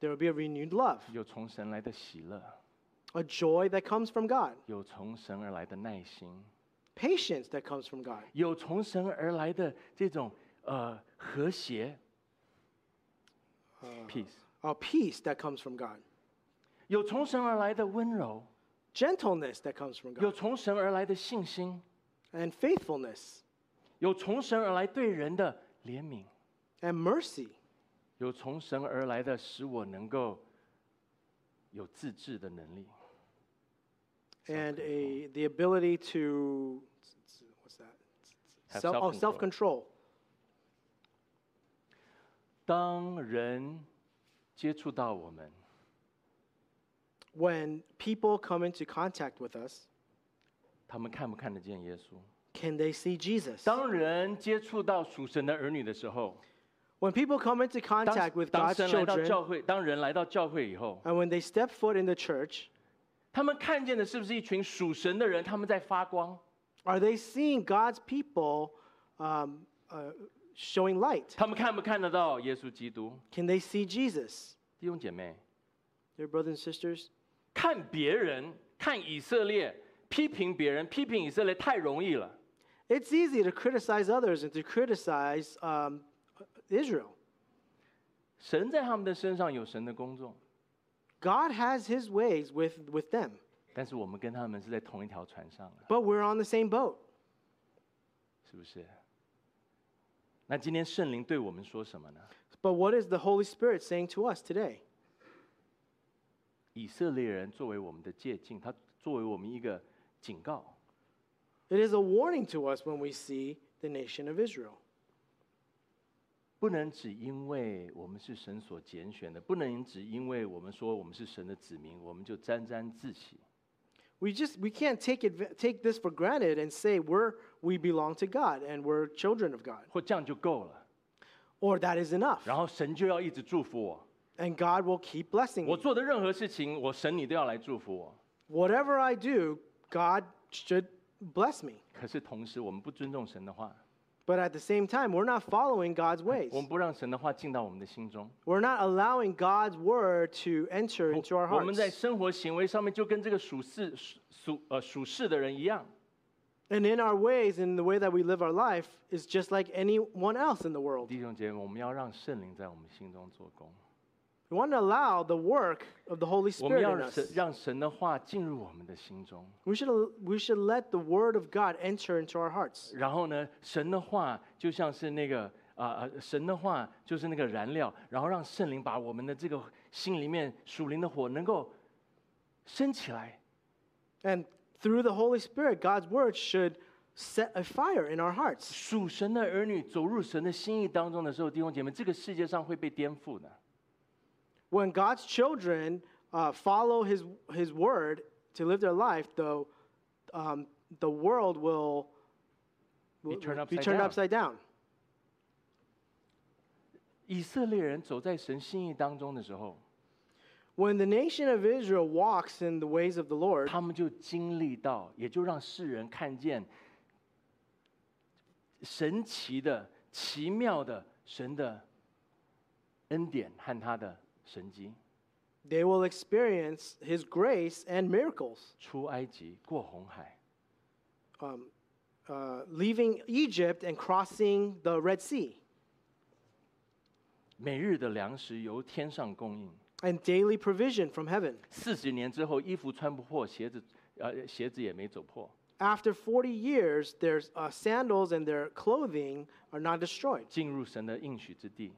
[SPEAKER 2] There will be a renewed love,
[SPEAKER 1] 有从神来的喜乐，
[SPEAKER 2] a joy that comes from God,
[SPEAKER 1] 有从神而来的耐心，
[SPEAKER 2] patience that comes from God,
[SPEAKER 1] 有从神而来的这种呃和谐
[SPEAKER 2] 啊
[SPEAKER 1] （peace），
[SPEAKER 2] a peace that comes from God,
[SPEAKER 1] 有从神而来的温柔，
[SPEAKER 2] gentleness that comes from
[SPEAKER 1] 有
[SPEAKER 2] God,
[SPEAKER 1] 从神而来的信心，
[SPEAKER 2] and faithfulness
[SPEAKER 1] 有从神而来对人的怜悯。
[SPEAKER 2] and mercy,
[SPEAKER 1] 有从神而来的，使我能够有自制的能力。
[SPEAKER 2] and a, the ability to, what's that?
[SPEAKER 1] Have
[SPEAKER 2] Self, oh,
[SPEAKER 1] self-control.
[SPEAKER 2] self control.
[SPEAKER 1] 当人接触到我们，
[SPEAKER 2] When people come into contact with us,
[SPEAKER 1] 他们看不看得见耶稣？
[SPEAKER 2] can they see Jesus?
[SPEAKER 1] 当人接触到属神的儿女的时候，
[SPEAKER 2] When people come into
[SPEAKER 1] 当
[SPEAKER 2] contact with
[SPEAKER 1] 当
[SPEAKER 2] God's
[SPEAKER 1] 神来到
[SPEAKER 2] children,
[SPEAKER 1] 教会，当人来到教会以后，
[SPEAKER 2] and when they step foot in the church,
[SPEAKER 1] 他们看见的是不是一群属神的人？他们在发光，
[SPEAKER 2] are they seeing God's people um, uh, showing light?
[SPEAKER 1] 他们看不看得到耶稣基督？
[SPEAKER 2] Can they see Jesus?
[SPEAKER 1] 弟兄姐妹，
[SPEAKER 2] Dear brothers and sisters,
[SPEAKER 1] 看别人，看以色列，批评别人，批评以色列太容易了。
[SPEAKER 2] it's easy to criticize others and to criticize um, Israel.
[SPEAKER 1] 神在他们的身上有神的工作，
[SPEAKER 2] God has his ways with, with them,
[SPEAKER 1] 但是我们跟他们是在同一条船上啊，
[SPEAKER 2] but we're on the same boat.
[SPEAKER 1] 是不是？那今天圣灵对我们说什么呢？
[SPEAKER 2] But what is the Holy Spirit saying to us today?
[SPEAKER 1] 以色列人作为我们的借镜，他作为我们一个警告。
[SPEAKER 2] It is a warning to us when we see the nation of Israel.
[SPEAKER 1] 不能只因为我们是神所拣选的，不能只因为我们说我们是神的子民，我们就沾沾自喜。
[SPEAKER 2] We just we can't take it take this for granted and say we're we belong to God and we're children of God,
[SPEAKER 1] 或这样就够了，
[SPEAKER 2] or that is enough,
[SPEAKER 1] 然后神就要一直祝福我。
[SPEAKER 2] and God will keep blessing
[SPEAKER 1] 我
[SPEAKER 2] me.
[SPEAKER 1] 做的任何事情，我神你都要来祝福我。
[SPEAKER 2] Whatever I do, God should bless me.
[SPEAKER 1] 可是同时，我们不尊重神的话，
[SPEAKER 2] But at the same time, we're not following God's ways.
[SPEAKER 1] 我们不让神的话进到我们的心中。
[SPEAKER 2] We're not allowing God's word to enter into our
[SPEAKER 1] 我们在
[SPEAKER 2] hearts.
[SPEAKER 1] 生活行为上面就跟这个属世属属呃属世的人一样，
[SPEAKER 2] And in our ways, in the way that we live our life, is just like anyone else in the world.
[SPEAKER 1] 弟兄姐妹，我们要让圣灵在我们心中做工，
[SPEAKER 2] We want to allow the work of the Holy
[SPEAKER 1] 我们
[SPEAKER 2] Spirit
[SPEAKER 1] 要
[SPEAKER 2] in
[SPEAKER 1] 让
[SPEAKER 2] us.
[SPEAKER 1] 神让神的话进入我们的心中，
[SPEAKER 2] We should, al- we should let the word of God enter into our hearts.
[SPEAKER 1] 然后呢，神的话就像是那个啊、呃神的话就是那个燃料，然后让圣灵把我们的这个心里面属灵的火能够升起来，
[SPEAKER 2] And through the Holy Spirit, God's word should set a fire in our hearts.
[SPEAKER 1] 属神的儿女走入神的心意当中的时候，弟兄姐妹，这个世界上会被颠覆的。
[SPEAKER 2] When God's children uh, follow his, his word to live their life, the, um, the world will, will
[SPEAKER 1] Be turned
[SPEAKER 2] will be
[SPEAKER 1] upside
[SPEAKER 2] turned
[SPEAKER 1] down.
[SPEAKER 2] upside down.
[SPEAKER 1] 以色列人走在神心意当中的时候，
[SPEAKER 2] When the nation of Israel walks in the ways of the Lord,
[SPEAKER 1] 他们就经历到，也就让世人看见神奇的、奇妙的神的恩典和他的神迹。
[SPEAKER 2] they will experience his grace and miracles.
[SPEAKER 1] 出埃及，过红海，
[SPEAKER 2] um, uh, leaving Egypt and crossing the Red Sea,
[SPEAKER 1] 每日的粮食由天上供应。
[SPEAKER 2] and daily provision from heaven.
[SPEAKER 1] 四十年之后，衣服穿不破，鞋子呃鞋子也没走破。
[SPEAKER 2] After 40 years, their uh, sandals and their clothing are not destroyed,
[SPEAKER 1] 进入神的应许之地，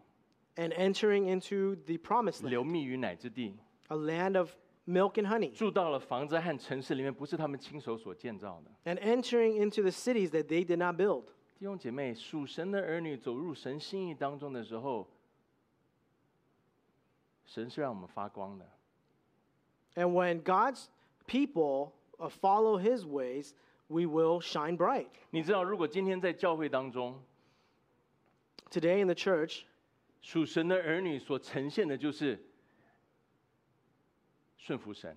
[SPEAKER 2] and entering into the promised land,
[SPEAKER 1] 流蜜与奶之地，
[SPEAKER 2] a land of milk and honey,
[SPEAKER 1] 住到了房子和城市里面，不是他们亲手所建造的。
[SPEAKER 2] and entering into the cities that they did not build.
[SPEAKER 1] 弟兄姐妹，属神的儿女走入神心意当中的时候，神是让我们发光的。
[SPEAKER 2] And when God's people uh, follow his ways, we will shine bright.
[SPEAKER 1] 你知道，如果今天在教会当中，
[SPEAKER 2] Today in the church,
[SPEAKER 1] 属神的儿女所呈现的就是顺服神，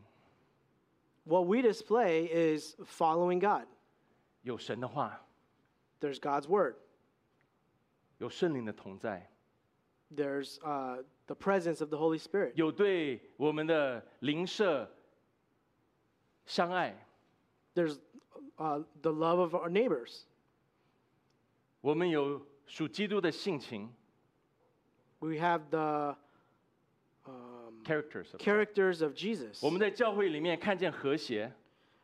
[SPEAKER 2] what we display is following God.
[SPEAKER 1] 有神的话，
[SPEAKER 2] There's God's word.
[SPEAKER 1] 有圣灵的同在，
[SPEAKER 2] there's uh, the presence of the Holy Spirit.
[SPEAKER 1] 有对我们的邻舍相爱。
[SPEAKER 2] There's uh, the love of our neighbors.
[SPEAKER 1] 我们有属基督的性情
[SPEAKER 2] We have the um,
[SPEAKER 1] （characters）。
[SPEAKER 2] characters of Jesus.
[SPEAKER 1] 我们在教会里面看见和谐，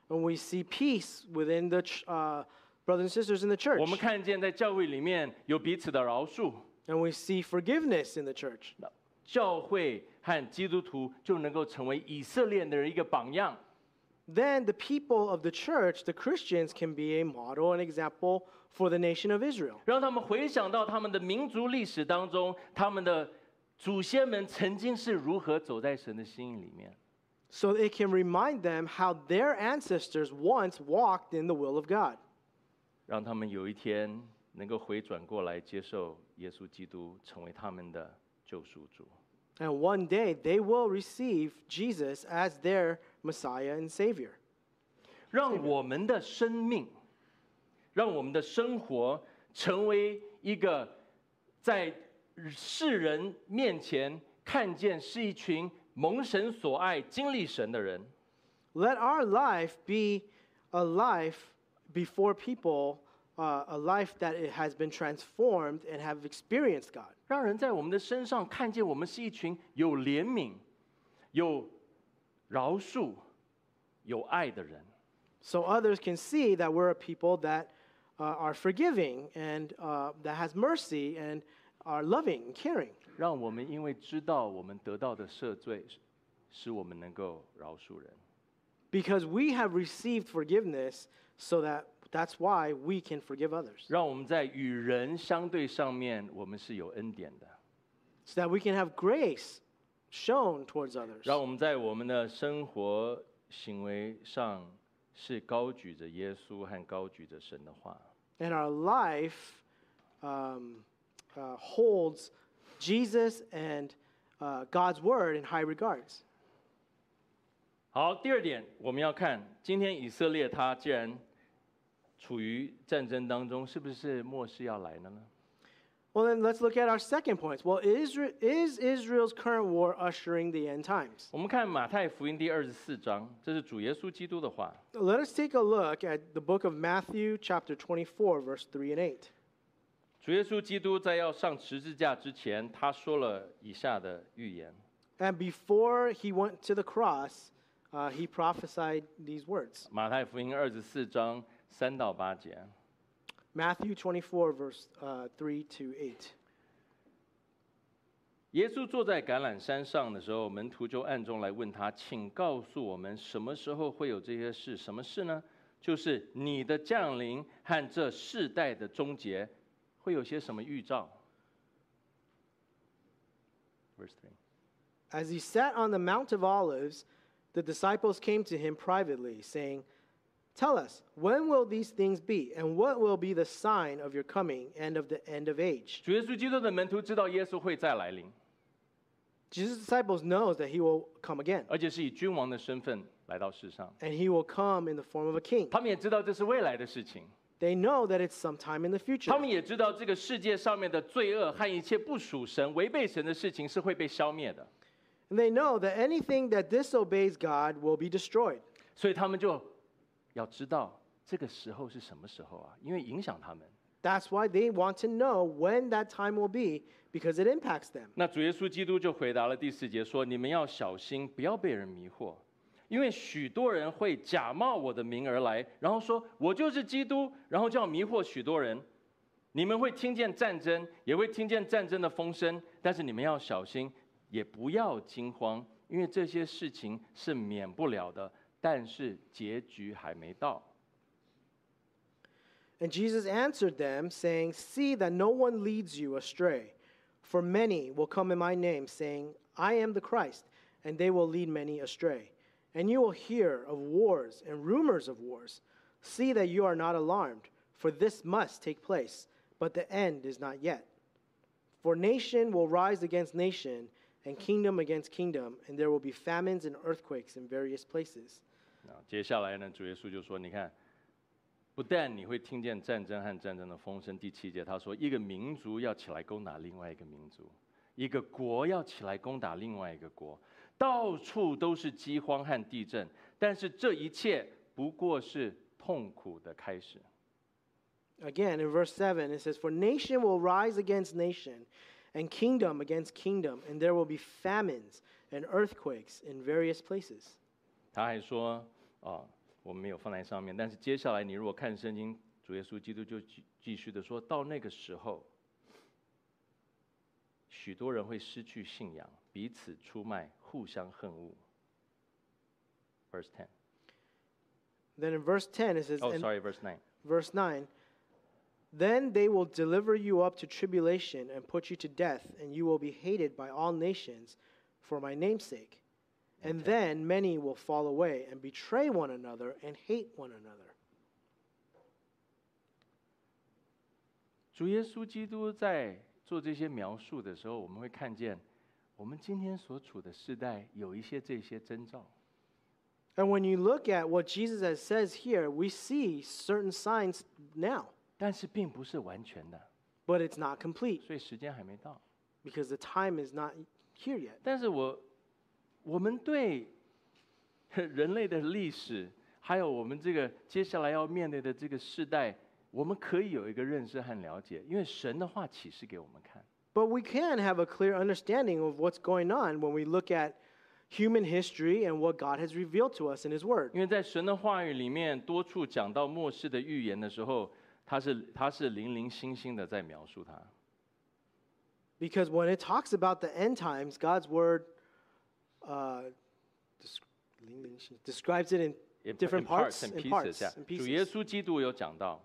[SPEAKER 2] And we see peace within the ch- uh, brothers and sisters in the church.
[SPEAKER 1] 我们看见在教会里面有彼此的饶恕，
[SPEAKER 2] And we see forgiveness in the church.
[SPEAKER 1] 教会和基督徒就能够成为以色列的人一个榜样。
[SPEAKER 2] Then the people of the church, the Christians, can be a model and example for the nation of Israel.
[SPEAKER 1] 让他们回想到他们的民族历史当中，他们的祖先们曾经是如何走在神的心意里面。
[SPEAKER 2] So it can remind them how their ancestors once walked in the will of God.
[SPEAKER 1] 让他们有一天能够回转过来接受耶稣基督成为他们的救赎主。
[SPEAKER 2] And one day they will receive Jesus as their Messiah and Savior.
[SPEAKER 1] 让我们的生命，让我们的生活成为一个在世人面前看见是一群蒙神所爱、经历神的人。
[SPEAKER 2] Let our life be a life before people, uh, a life that it has been transformed and have experienced God.
[SPEAKER 1] 让人在我们的身上看见我们是一群有怜悯、有饶恕、有爱的人。
[SPEAKER 2] So others can see that we're a people that uh, are forgiving and uh, that has mercy and are loving and caring.
[SPEAKER 1] 让我们因为知道我们得到的赦罪，使我们能够饶恕人。
[SPEAKER 2] Because we have received forgiveness, so that that's why we can forgive others.
[SPEAKER 1] 让我们在与人相对上面，我们是有恩典的。
[SPEAKER 2] So that we can have grace shown towards others.
[SPEAKER 1] 让我们在我们的生活行为上是高举着耶稣和高举着神的话。
[SPEAKER 2] And our life um, uh, holds Jesus and uh, God's word in high regards.
[SPEAKER 1] 好，第二点，我们要看今天以色列他既然处于战争当中，是不是末世要来了呢？
[SPEAKER 2] Well, then let's look at our second point. Well, Isra- is Israel's current war ushering the end times?
[SPEAKER 1] 我们看马太福音第二十四章，这是主耶稣基督的话。
[SPEAKER 2] Let us take a look at the book of Matthew, chapter 24, verse 3 and 8.
[SPEAKER 1] 主耶稣基督在要上十字架之前，他说了以下的预言：
[SPEAKER 2] And before he went to the cross, uh, he prophesied these words
[SPEAKER 1] 马太福音二十四章三到八节。
[SPEAKER 2] Matthew 24, verse uh, 3 to 8.
[SPEAKER 1] 耶稣坐在橄榄山上的时候，门徒就暗中来问他：“请告诉我们，什么时候会有这些事？什么事呢？就是你的降临和这世代的终结，会有些什么预兆？”Verse three。
[SPEAKER 2] As he sat on the Mount of Olives, the disciples came to him privately, saying, Tell us, when will these things be, and what will be the sign of your coming and of the end of age?
[SPEAKER 1] 主耶稣基督的门徒知道耶稣会再来临，
[SPEAKER 2] Jesus' disciples knows that he will come again,
[SPEAKER 1] 而且是以君王的身份来到世上。
[SPEAKER 2] and he will come in the form of a king.
[SPEAKER 1] 他们也知道这是未来的事情，
[SPEAKER 2] They know that it's sometime in the future.
[SPEAKER 1] 他们也知道这个世界上面的罪恶和一切不属神、违背神的事情是会被消灭的，
[SPEAKER 2] And they know that anything that disobeys God will be destroyed.
[SPEAKER 1] 所以他们就要知道这个时候是什么时候啊？因为影响他们。
[SPEAKER 2] That's why they want to know when that time will be because it impacts them.
[SPEAKER 1] 那主耶稣基督就回答了第四节说：“你们要小心，不要被人迷惑，因为许多人会假冒我的名而来，然后说我就是基督，然后就要迷惑许多人。你们会听见战争，也会听见战争的风声，但是你们要小心，也不要惊慌，因为这些事情是免不了的，但是结局还没到。
[SPEAKER 2] And Jesus answered them, saying, See that no one leads you astray, for many will come in my name, saying, I am the Christ, and they will lead many astray. And you will hear of wars and rumors of wars. See that you are not alarmed, for this must take place, but the end is not yet. For nation will rise against nation, and kingdom against kingdom, and there will be famines and earthquakes in various places.
[SPEAKER 1] 啊，接下来呢，主耶稣就说：“你看，不但你会听见战争和战争的风声。”第七节他说：“一个民族要起来攻打另外一个民族，一个国要起来攻打另外一个国，到处都是饥荒和地震。但是这一切不过是痛苦的开始。
[SPEAKER 2] Again, in verse 7, it says, For nation will rise against nation, and kingdom against kingdom, and there will be famines and earthquakes in various places. ”
[SPEAKER 1] 他还说：“啊、我们没有放在上面，但是接下来你如果看圣经，主耶稣基督就继继续的说到那个时候，许多人会失去信仰，彼此出卖，互相恨恶。Verse ten.
[SPEAKER 2] Then in verse 10, it says,
[SPEAKER 1] Oh,
[SPEAKER 2] "And-
[SPEAKER 1] sorry, verse nine.
[SPEAKER 2] Verse 9, Then they will deliver you up to tribulation and put you to death, and you will be hated by all nations for my name's sake. And then many will fall away and betray one another and hate one another.
[SPEAKER 1] 主耶稣基督在做这些描述的时候，我们会看见，我们今天所处的世代有一些这些征兆。
[SPEAKER 2] And when you look at what Jesus has says here, we see certain signs now,
[SPEAKER 1] 但是并不是完全的，
[SPEAKER 2] but it's not complete
[SPEAKER 1] 所以时间还没到。
[SPEAKER 2] because the time is not here yet.
[SPEAKER 1] 但是我，我们对人类的历史，还有我们这个接下来要面对的这个世代，我们可以有一个认识和了解，因为神的话启示给我们看。
[SPEAKER 2] But we can have a clear understanding of what's going on when we look at human history and what God has revealed to us in His Word.
[SPEAKER 1] 因为在神的话语里面多处讲到末世的预言的时候，他是他是零零星星的在描述它。
[SPEAKER 2] Because when it talks about the end times, God's Word uh, desc- describes it in
[SPEAKER 1] In-
[SPEAKER 2] different
[SPEAKER 1] in
[SPEAKER 2] parts,
[SPEAKER 1] and
[SPEAKER 2] in
[SPEAKER 1] pieces,
[SPEAKER 2] parts,
[SPEAKER 1] yeah.
[SPEAKER 2] in
[SPEAKER 1] 主
[SPEAKER 2] pieces.
[SPEAKER 1] 耶稣基督有讲到，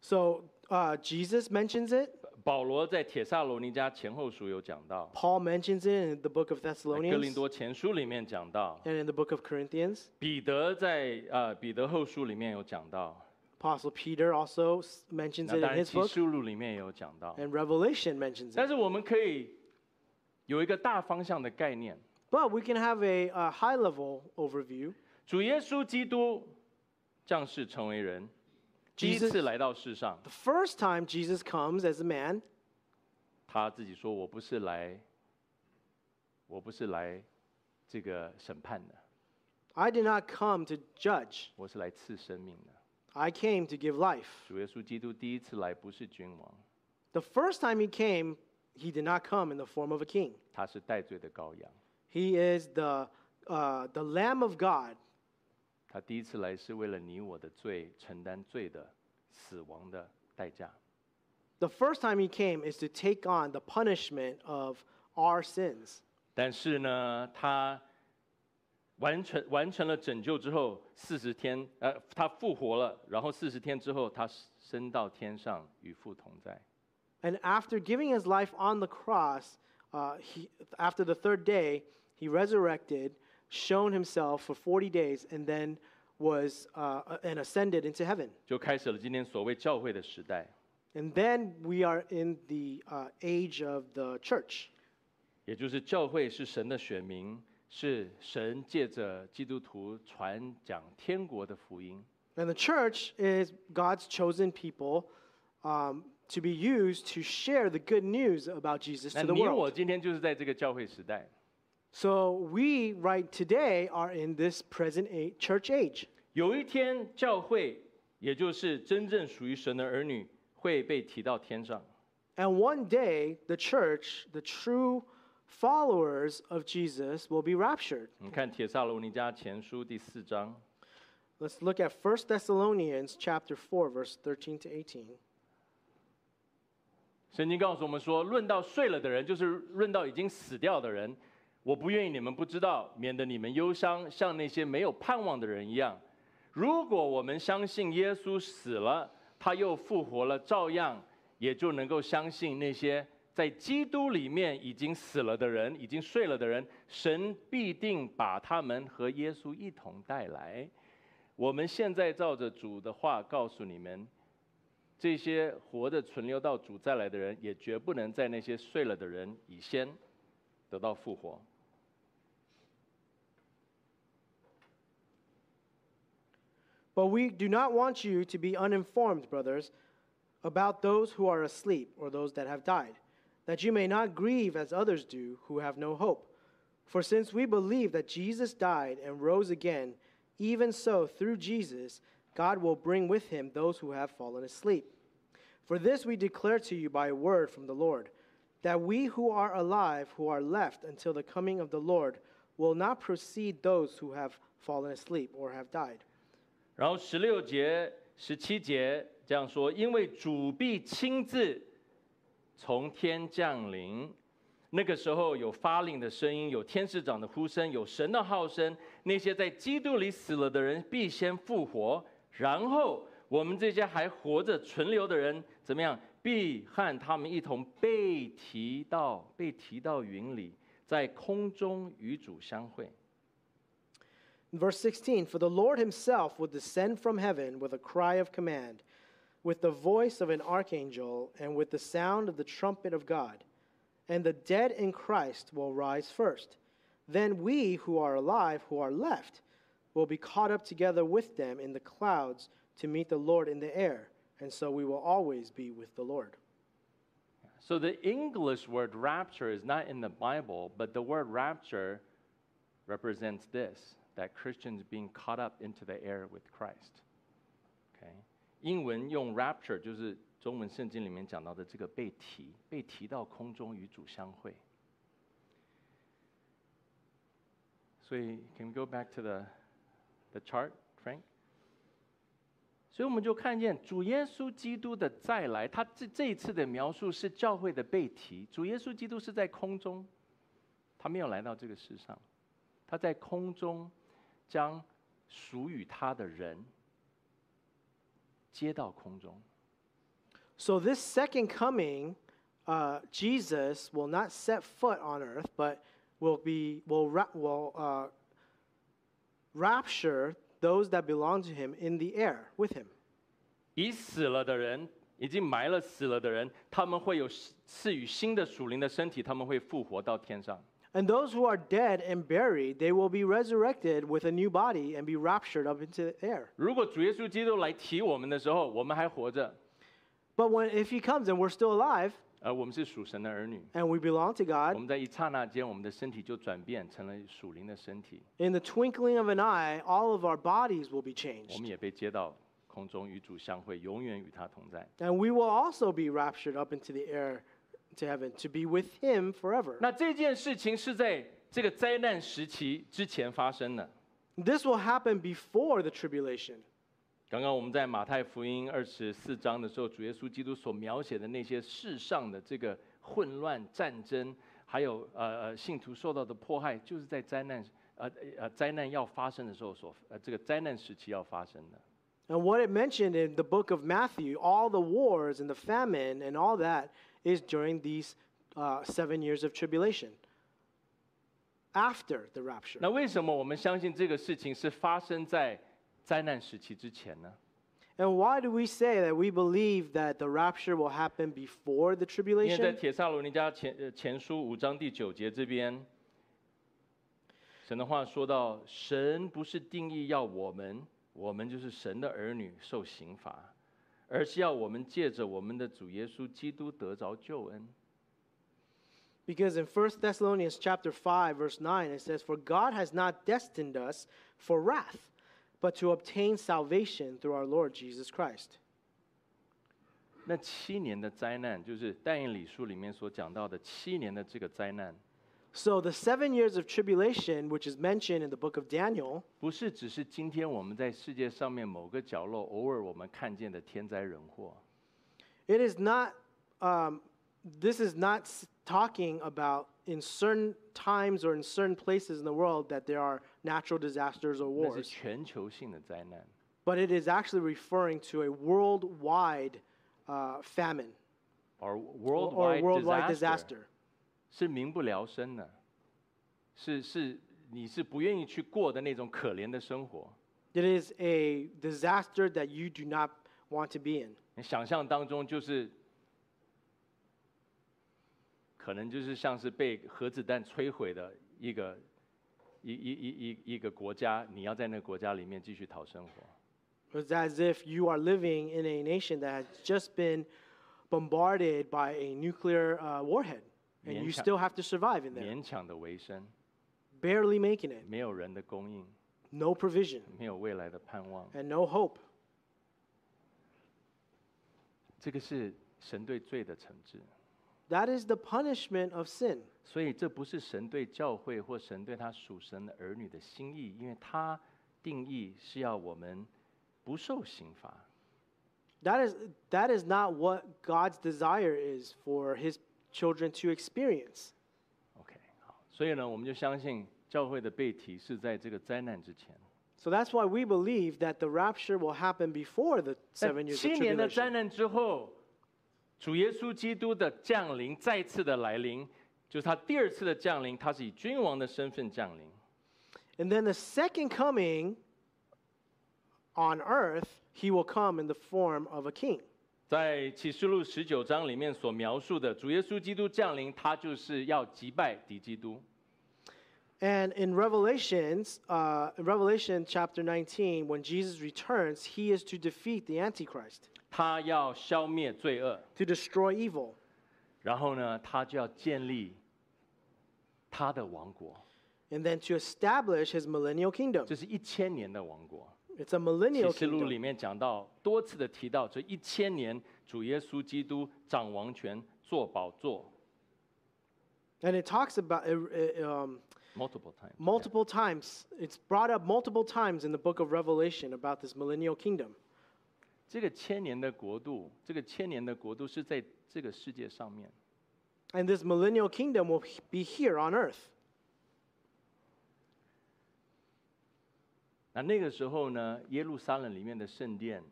[SPEAKER 2] So uh, Jesus mentions it.
[SPEAKER 1] 保罗在帖撒罗尼迦前后书有讲到，
[SPEAKER 2] Paul mentions it in the book of
[SPEAKER 1] 哥林
[SPEAKER 2] Thessalonians
[SPEAKER 1] 多前书里面讲到，
[SPEAKER 2] and in the book of Corinthians.
[SPEAKER 1] 彼得在呃彼得后书里面有讲到，
[SPEAKER 2] Apostle Peter also s- mentions
[SPEAKER 1] 那
[SPEAKER 2] it
[SPEAKER 1] 当
[SPEAKER 2] in
[SPEAKER 1] 然
[SPEAKER 2] his
[SPEAKER 1] 启
[SPEAKER 2] book,
[SPEAKER 1] 示录里面也有讲到。
[SPEAKER 2] and Revelation mentions
[SPEAKER 1] 但
[SPEAKER 2] it.
[SPEAKER 1] 是我们可以有一个大方向的概念，
[SPEAKER 2] But we can have a, a high level overview.
[SPEAKER 1] 主耶稣基督降世成为人，第一
[SPEAKER 2] Jesus-
[SPEAKER 1] 次来到世上，
[SPEAKER 2] The first time Jesus comes as a man,
[SPEAKER 1] 他自己说：“我不是来，我不是来这个审判的，
[SPEAKER 2] I did not come to judge,
[SPEAKER 1] 我是来赐生命的。”
[SPEAKER 2] I came to give life.
[SPEAKER 1] 主耶稣基督第一次来不是君王，
[SPEAKER 2] The first time he came, he did not come in the form of a king.
[SPEAKER 1] 他是戴罪的羔羊。
[SPEAKER 2] He is the, uh, the Lamb of God.
[SPEAKER 1] 他第一次来是为了你我的罪，承担罪的死亡的代价。
[SPEAKER 2] The first time he came is to take on the punishment of our sins.
[SPEAKER 1] 但是呢，他完成完成了拯救之后，四十天，呃，他复活了，然后四十天之后，他升到天上与父同在。
[SPEAKER 2] And after giving his life on the cross, uh, he, after the third day, he resurrected, shown himself for 40 days, and then was uh, and ascended into heaven.
[SPEAKER 1] 就开始了今天所谓教会的时代，
[SPEAKER 2] And then we are in the uh, age of the church.
[SPEAKER 1] 也就是教会是神的选民，是神借着基督徒传讲天国的福音。
[SPEAKER 2] And the church is God's chosen people um, to be used to share the good news about Jesus
[SPEAKER 1] 那
[SPEAKER 2] to the
[SPEAKER 1] 你
[SPEAKER 2] world.
[SPEAKER 1] 我今天就是在这个教会时代，
[SPEAKER 2] So we right today are in this present a- church age.
[SPEAKER 1] 有一天教会，也就是真正属于神的儿女，会被提到天上。
[SPEAKER 2] And one day, the church, the true followers of Jesus, will be raptured.
[SPEAKER 1] 你看《帖撒罗尼迦前书》第四章，
[SPEAKER 2] Let's look at 1 Thessalonians chapter 4, verse 13 to 18.
[SPEAKER 1] 圣经告诉我们说，论到睡了的人，就是论到已经死掉的人，我不愿意你们不知道，免得你们忧伤，像那些没有盼望的人一样。如果我们相信耶稣死了，他又复活了，照样也就能够相信那些在基督里面已经死了的人、已经睡了的人，神必定把他们和耶稣一同带来。我们现在照着主的话告诉你们，这些活着存留到主再来的人，也绝不能在那些睡了的人以先得到复活。
[SPEAKER 2] But we do not want you to be uninformed, brothers, about those who are asleep or those that have died, that you may not grieve as others do who have no hope. For since we believe that Jesus died and rose again, even so, through Jesus, God will bring with him those who have fallen asleep. For this we declare to you by a word from the Lord, that we who are alive, who are left until the coming of the Lord, will not precede those who have fallen asleep or have died.
[SPEAKER 1] 然后十六节、十七节这样说：因为主必亲自从天降临。那个时候有发令的声音，有天使长的呼声，有神的号声。那些在基督里死了的人必先复活，然后我们这些还活着存留的人怎么样？必和他们一同被提到被提到云里，在空中与主相会。
[SPEAKER 2] Verse 16 For the Lord himself will descend from heaven with a cry of command, with the voice of an archangel and with the sound of the trumpet of God. And the dead in Christ will rise first. Then we who are alive, who are left, will be caught up together with them in the clouds to meet the Lord in the air. And so we will always be with the Lord.
[SPEAKER 1] So the English word rapture is not in the Bible, but the word rapture represents this that Christians being caught up into the air with Christ. OK，英文用 rapture 就是中文圣经里面讲到的这个被提，被提到空中与主相会。所以，can we go back to the the chart, Frank？所以我们就看见主耶稣基督的再来，他这这一次的描述是教会的被提。主耶稣基督是在空中，他没有来到这个世上，他在空中将属于他的人接到空中。
[SPEAKER 2] So, this second coming, uh, Jesus will not set foot on earth, but will, be, will, ra- will uh, rapture those that belong to him in the air with him.
[SPEAKER 1] 已死了的人，已经埋了死了的人，他们会有赐予新的属灵的身体，他们会复活到天上。
[SPEAKER 2] And those who are dead and buried, they will be resurrected with a new body and be raptured up into the air.
[SPEAKER 1] 如果主耶稣基督来提我们的时候，我们还活着，
[SPEAKER 2] But when, if he comes and we're still alive
[SPEAKER 1] 而我们是属神的儿女。
[SPEAKER 2] and we belong to
[SPEAKER 1] 我
[SPEAKER 2] God,
[SPEAKER 1] 们在一刹那间，我们的身体就转变成了属灵的身体，
[SPEAKER 2] in the twinkling of an eye, all of our bodies will be
[SPEAKER 1] 我们
[SPEAKER 2] changed.
[SPEAKER 1] 也被接到空中与主相会，永远与他同在。
[SPEAKER 2] And we will also be raptured up into the air to heaven to be with him forever.
[SPEAKER 1] 那这件事情是在这个灾难时期之前发生的。
[SPEAKER 2] This will happen before the tribulation.
[SPEAKER 1] 刚刚我们在马太福音二十四章的时候，主耶稣基督所描写的那些世上的这个混乱、战争，还有呃呃信徒受到的迫害，就是在灾难呃呃灾难要发生的时候所呃这个灾难时期要发生的。
[SPEAKER 2] And what it mentioned in the book of Matthew, all the wars and the famine and all that is during these uh, seven years of tribulation after the rapture.
[SPEAKER 1] 那为什么我们相信这个事情是发生在灾难时期之前呢？
[SPEAKER 2] And why do we say that we believe that the rapture will happen before the
[SPEAKER 1] 因为在
[SPEAKER 2] tribulation?
[SPEAKER 1] 铁萨罗尼迦前呃前书五章第九节这边，神的话说到：神不是定义要我们，我们就是神的儿女受刑罚，而是要我们借着我们的主耶稣基督得着救恩。
[SPEAKER 2] Because in 1 Thessalonians chapter 5 verse 9 it says for God has not destined us for wrath but to obtain salvation through our Lord Jesus Christ.
[SPEAKER 1] 那七年的灾难，就是但以理书里面所讲到的七年的这个灾难，
[SPEAKER 2] So the 7 years of tribulation which is mentioned in the book of Daniel
[SPEAKER 1] 不是只是今天我们在世界上面某个角落偶尔我们看见的天灾人祸，
[SPEAKER 2] It is not, um, this is not s- talking about in certain times or in certain places in the world that there are natural disasters or
[SPEAKER 1] 那是
[SPEAKER 2] wars,
[SPEAKER 1] 全球性的灾难。
[SPEAKER 2] but it is actually referring to a worldwide uh, famine
[SPEAKER 1] or
[SPEAKER 2] or, or
[SPEAKER 1] worldwide,
[SPEAKER 2] worldwide
[SPEAKER 1] disaster,
[SPEAKER 2] disaster.
[SPEAKER 1] 是民不聊生的，是是你是不愿意去过的那种可怜的生活。
[SPEAKER 2] It is a disaster that you do not want to be in.
[SPEAKER 1] 你想象当中就是，可能就是像是被核子弹摧毁的一个一一一一一个国家，你要在那个国家里面继续讨生活。
[SPEAKER 2] It's as if you are living in a nation that has just been bombarded by a nuclear uh, warhead, and you
[SPEAKER 1] Mientras-
[SPEAKER 2] still have to survive in there,
[SPEAKER 1] 勉强的维生，
[SPEAKER 2] barely making it,
[SPEAKER 1] 没有人的供应，
[SPEAKER 2] no provision.
[SPEAKER 1] 没有未来的盼望，
[SPEAKER 2] and no hope.
[SPEAKER 1] 这个是神对罪的惩治。
[SPEAKER 2] That is the punishment of sin.
[SPEAKER 1] 所以这不是神对教会或神对他属神的儿女的心意，因为他定义是要我们不受刑罚。
[SPEAKER 2] That is, that is not what God's desire is for his children to experience.
[SPEAKER 1] OK，好，所以呢，我们就相信教会的被提是在这个灾难之前。
[SPEAKER 2] So that's why we believe that the rapture will happen before the
[SPEAKER 1] 在
[SPEAKER 2] seven years of
[SPEAKER 1] 七年的灾
[SPEAKER 2] tribulation.
[SPEAKER 1] 难之后，主耶稣基督的降临再次的来临，就是他第二次的降临，他是以君王的身份降临。
[SPEAKER 2] And then the second coming on earth, he will come in the form of a king.
[SPEAKER 1] 在启示录十九章里面所描述的，主耶稣基督降临，他就是要击败敌基督。
[SPEAKER 2] And in Revelations, uh, in Revelation chapter 19, when Jesus returns, he is to defeat the Antichrist,
[SPEAKER 1] 他要消灭罪恶，
[SPEAKER 2] to destroy evil.
[SPEAKER 1] 然后呢，他就要建立他的王国，
[SPEAKER 2] and then to establish his millennial kingdom.
[SPEAKER 1] 这是一千年的王国。
[SPEAKER 2] It's a
[SPEAKER 1] 启
[SPEAKER 2] millennial
[SPEAKER 1] 示录
[SPEAKER 2] kingdom.
[SPEAKER 1] 里面讲到多次的提到，这一千年主耶稣基督掌王权，坐宝座
[SPEAKER 2] And it talks about it, it, um,
[SPEAKER 1] multiple times。
[SPEAKER 2] multiple times, it's brought up multiple times in the book of Revelation about this millennial kingdom.
[SPEAKER 1] 这个千年的国度，这个千年的国度是在这个世界上面。
[SPEAKER 2] And this millennial kingdom will h- be here on earth.
[SPEAKER 1] 那那个时候呢，耶路撒冷里面的圣殿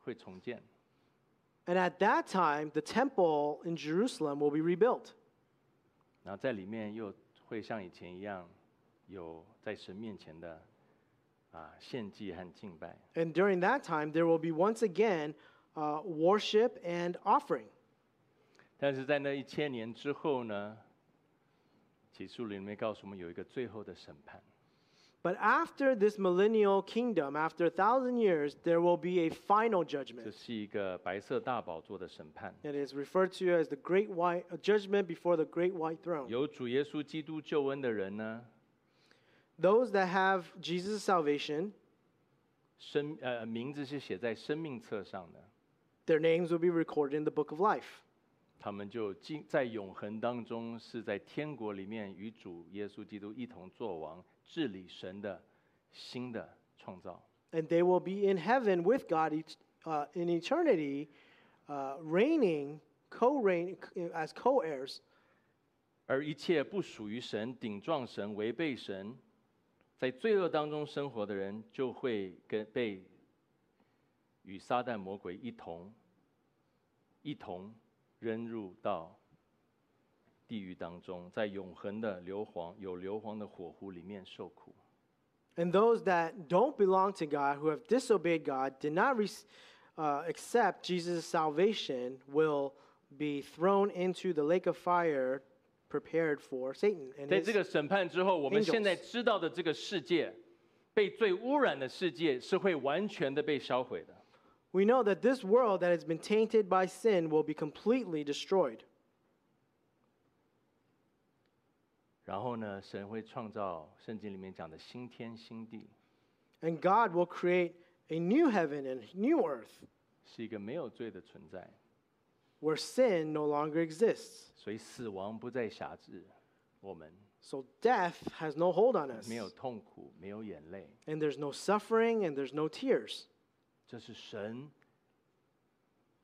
[SPEAKER 1] 会重建，
[SPEAKER 2] And at that time, the temple in Jerusalem will be rebuilt.
[SPEAKER 1] 然后在里面又会像以前一样，有在神面前的啊献祭和敬拜。
[SPEAKER 2] And during that time, there will be once again uh, worship and offering.
[SPEAKER 1] 但是在那一千年之后呢，启示录里面告诉我们有一个最后的审判。
[SPEAKER 2] But after this millennial kingdom, after a thousand years, there will be a final judgment.
[SPEAKER 1] 这是一个白色大宝座的审判，
[SPEAKER 2] It is referred to as the great white a judgment before the great white throne.
[SPEAKER 1] 有主耶稣基督救恩的人呢，
[SPEAKER 2] Those that have Jesus' salvation,
[SPEAKER 1] 生呃名字是写在生命册上的，
[SPEAKER 2] their names will be recorded in the book of life.
[SPEAKER 1] 他们就进在永恒当中，是在天国里面与主耶稣基督一同作王，治理神的新的创造。
[SPEAKER 2] And they will be in heaven with God each, uh, in eternity, uh, reigning, co reign as co heirs.
[SPEAKER 1] 而一切不属于神、顶撞神、违背神，在罪恶当中生活的人，就会跟被与撒旦魔鬼一同一同扔入到地狱当中，在永恒的硫磺有硫磺的火湖里面受苦。
[SPEAKER 2] And those that don't belong to God, who have disobeyed God, did not re- uh, accept Jesus' salvation, will be thrown into the lake of fire prepared for Satan and
[SPEAKER 1] 在
[SPEAKER 2] his
[SPEAKER 1] 这个审判之后，我们
[SPEAKER 2] Angels
[SPEAKER 1] 现在知道的这个世界，被最污染的世界是会完全的被销毁的。
[SPEAKER 2] We know that this world that has been tainted by sin will be completely destroyed.
[SPEAKER 1] 然后呢，神会创造圣经里面讲的新天新地。
[SPEAKER 2] And God will create a new heaven and new earth
[SPEAKER 1] 是一个没有罪的存在，
[SPEAKER 2] where sin no longer exists.
[SPEAKER 1] 所以死亡不再辖制我们，
[SPEAKER 2] So death has no hold on us.
[SPEAKER 1] 没有痛苦，没有眼泪，
[SPEAKER 2] And there's no suffering and there's no tears.
[SPEAKER 1] 这是神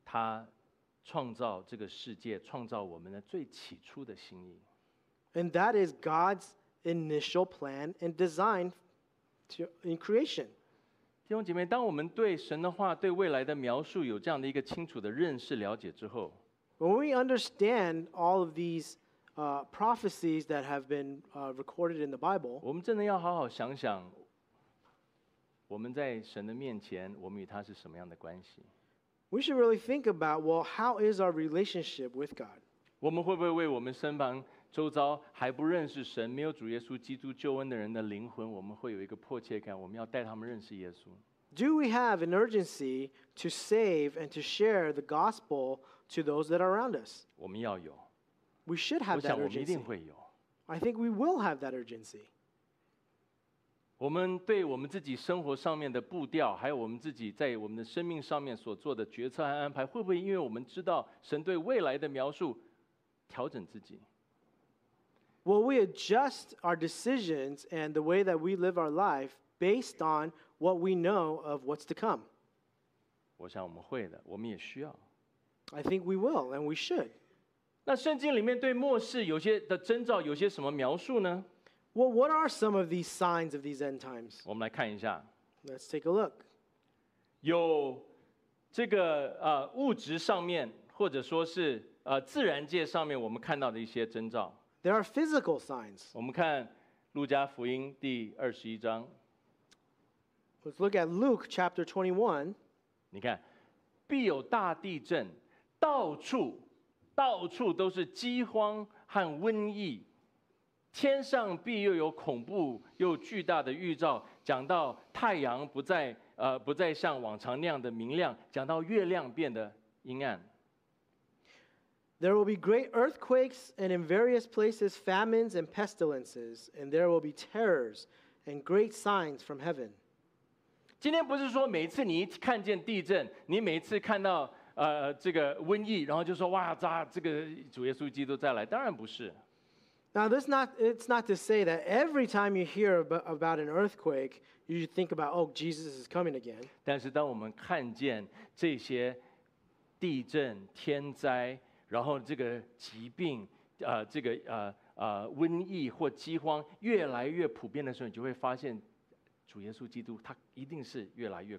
[SPEAKER 1] 他创造这个世界、创造我们的最起初的心意。
[SPEAKER 2] And that is God's initial plan and design to, in creation.
[SPEAKER 1] 弟兄姐妹，当我们对神的话、对未来的描述有这样的一个清楚的认识、了解之后，
[SPEAKER 2] When we understand all of these uh, prophecies that have been uh, recorded in the Bible,
[SPEAKER 1] 我们真的要好好想想，我们在神的面前，我们与他是什么样的关系？
[SPEAKER 2] we should really think about well, how is our relationship with God?
[SPEAKER 1] 我们会不会为我们身旁周遭还不认识神、没有主耶稣基督救恩的人的灵魂，我们会有一个迫切感？我们要带他们认识耶稣。
[SPEAKER 2] Do we have an urgency to save and to share the gospel to those that are around us?
[SPEAKER 1] 我们要有，
[SPEAKER 2] We should
[SPEAKER 1] 我
[SPEAKER 2] have
[SPEAKER 1] 想
[SPEAKER 2] that
[SPEAKER 1] 我们一
[SPEAKER 2] urgency.
[SPEAKER 1] 定会有。
[SPEAKER 2] I think we will have that urgency.
[SPEAKER 1] 我们对我们自己生活上面的步调，还有我们自己在我们的生命上面所做的决策和安排，会不会因为我们知道神对未来的描述，调整自己？
[SPEAKER 2] Will we adjust our decisions and the way that we live our life based on what we know of what's to come?
[SPEAKER 1] 我想我们会的，我们也需要。
[SPEAKER 2] I think we will and we should.
[SPEAKER 1] 那圣经里面对末世有些的征兆，有些什么描述呢？
[SPEAKER 2] Well, what are some of these signs of these end times?
[SPEAKER 1] 我们来看一下。
[SPEAKER 2] Let's take a look.
[SPEAKER 1] 有这个呃物质上面，或者说是呃自然界上面，我们看到的一些征兆。
[SPEAKER 2] There are physical signs.
[SPEAKER 1] 我们看路加福音第二十一章，
[SPEAKER 2] Let's look at Luke chapter 21.
[SPEAKER 1] 你看必有大地震，到处到处都是饥荒和瘟疫，天上必又有恐怖又巨大的预兆。讲到太阳不再呃不再像往常那样的明亮，讲到月亮变得阴暗。
[SPEAKER 2] There will be great earthquakes, and in various places, famines and pestilences, and there will be terrors and great signs from heaven.
[SPEAKER 1] 今天不是说每次你一看见地震，你每次看到呃这个瘟疫，然后就说哇咋这个主耶稣基督再来？当然不是。
[SPEAKER 2] Now, this not, it's not to say that every time you hear ab- about an earthquake, you think about, oh, Jesus is coming again.
[SPEAKER 1] 但是当我们看见这些地震、天灾，然后这个疾病，呃，这个呃呃瘟疫或饥荒越来越普遍的时候，你就会发现，主耶稣基督他一定是越来越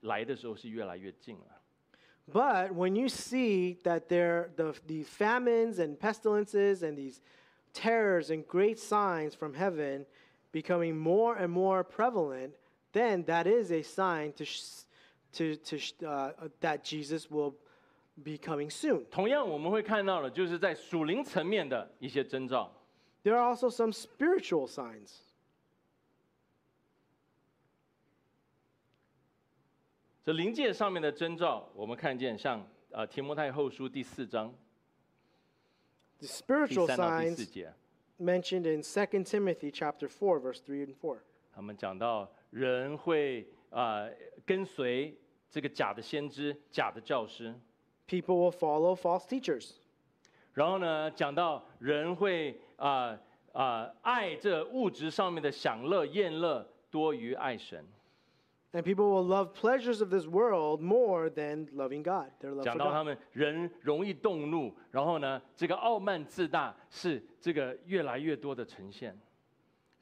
[SPEAKER 1] 来的时候是越来越近了。
[SPEAKER 2] But when you see that there the the famines and pestilences and these terrors and great signs from heaven becoming more and more prevalent, then that is a sign to sh- to to sh- uh, that Jesus will be coming soon.
[SPEAKER 1] 同样，我们会看到了，就是在属灵层面的一些征兆。
[SPEAKER 2] There are also some spiritual signs.
[SPEAKER 1] 这灵界上面的征兆，我们看见像呃提摩太后书第四章第
[SPEAKER 2] The spiritual
[SPEAKER 1] 三到第
[SPEAKER 2] signs
[SPEAKER 1] 四节。
[SPEAKER 2] mentioned in 2 Timothy chapter 4 verse 3 and 4.
[SPEAKER 1] 他们讲到人会啊、呃跟随这个假的先知、假的教师，
[SPEAKER 2] People will follow false teachers.
[SPEAKER 1] 然后呢，讲到人会啊啊、呃爱这物质上面的享乐、厌乐多于爱神。
[SPEAKER 2] And people will love pleasures of this world more than loving God, their love
[SPEAKER 1] 讲
[SPEAKER 2] for
[SPEAKER 1] 到他
[SPEAKER 2] God.
[SPEAKER 1] 们人容易动怒，然后呢，这个傲慢自大是这个越来越多的呈现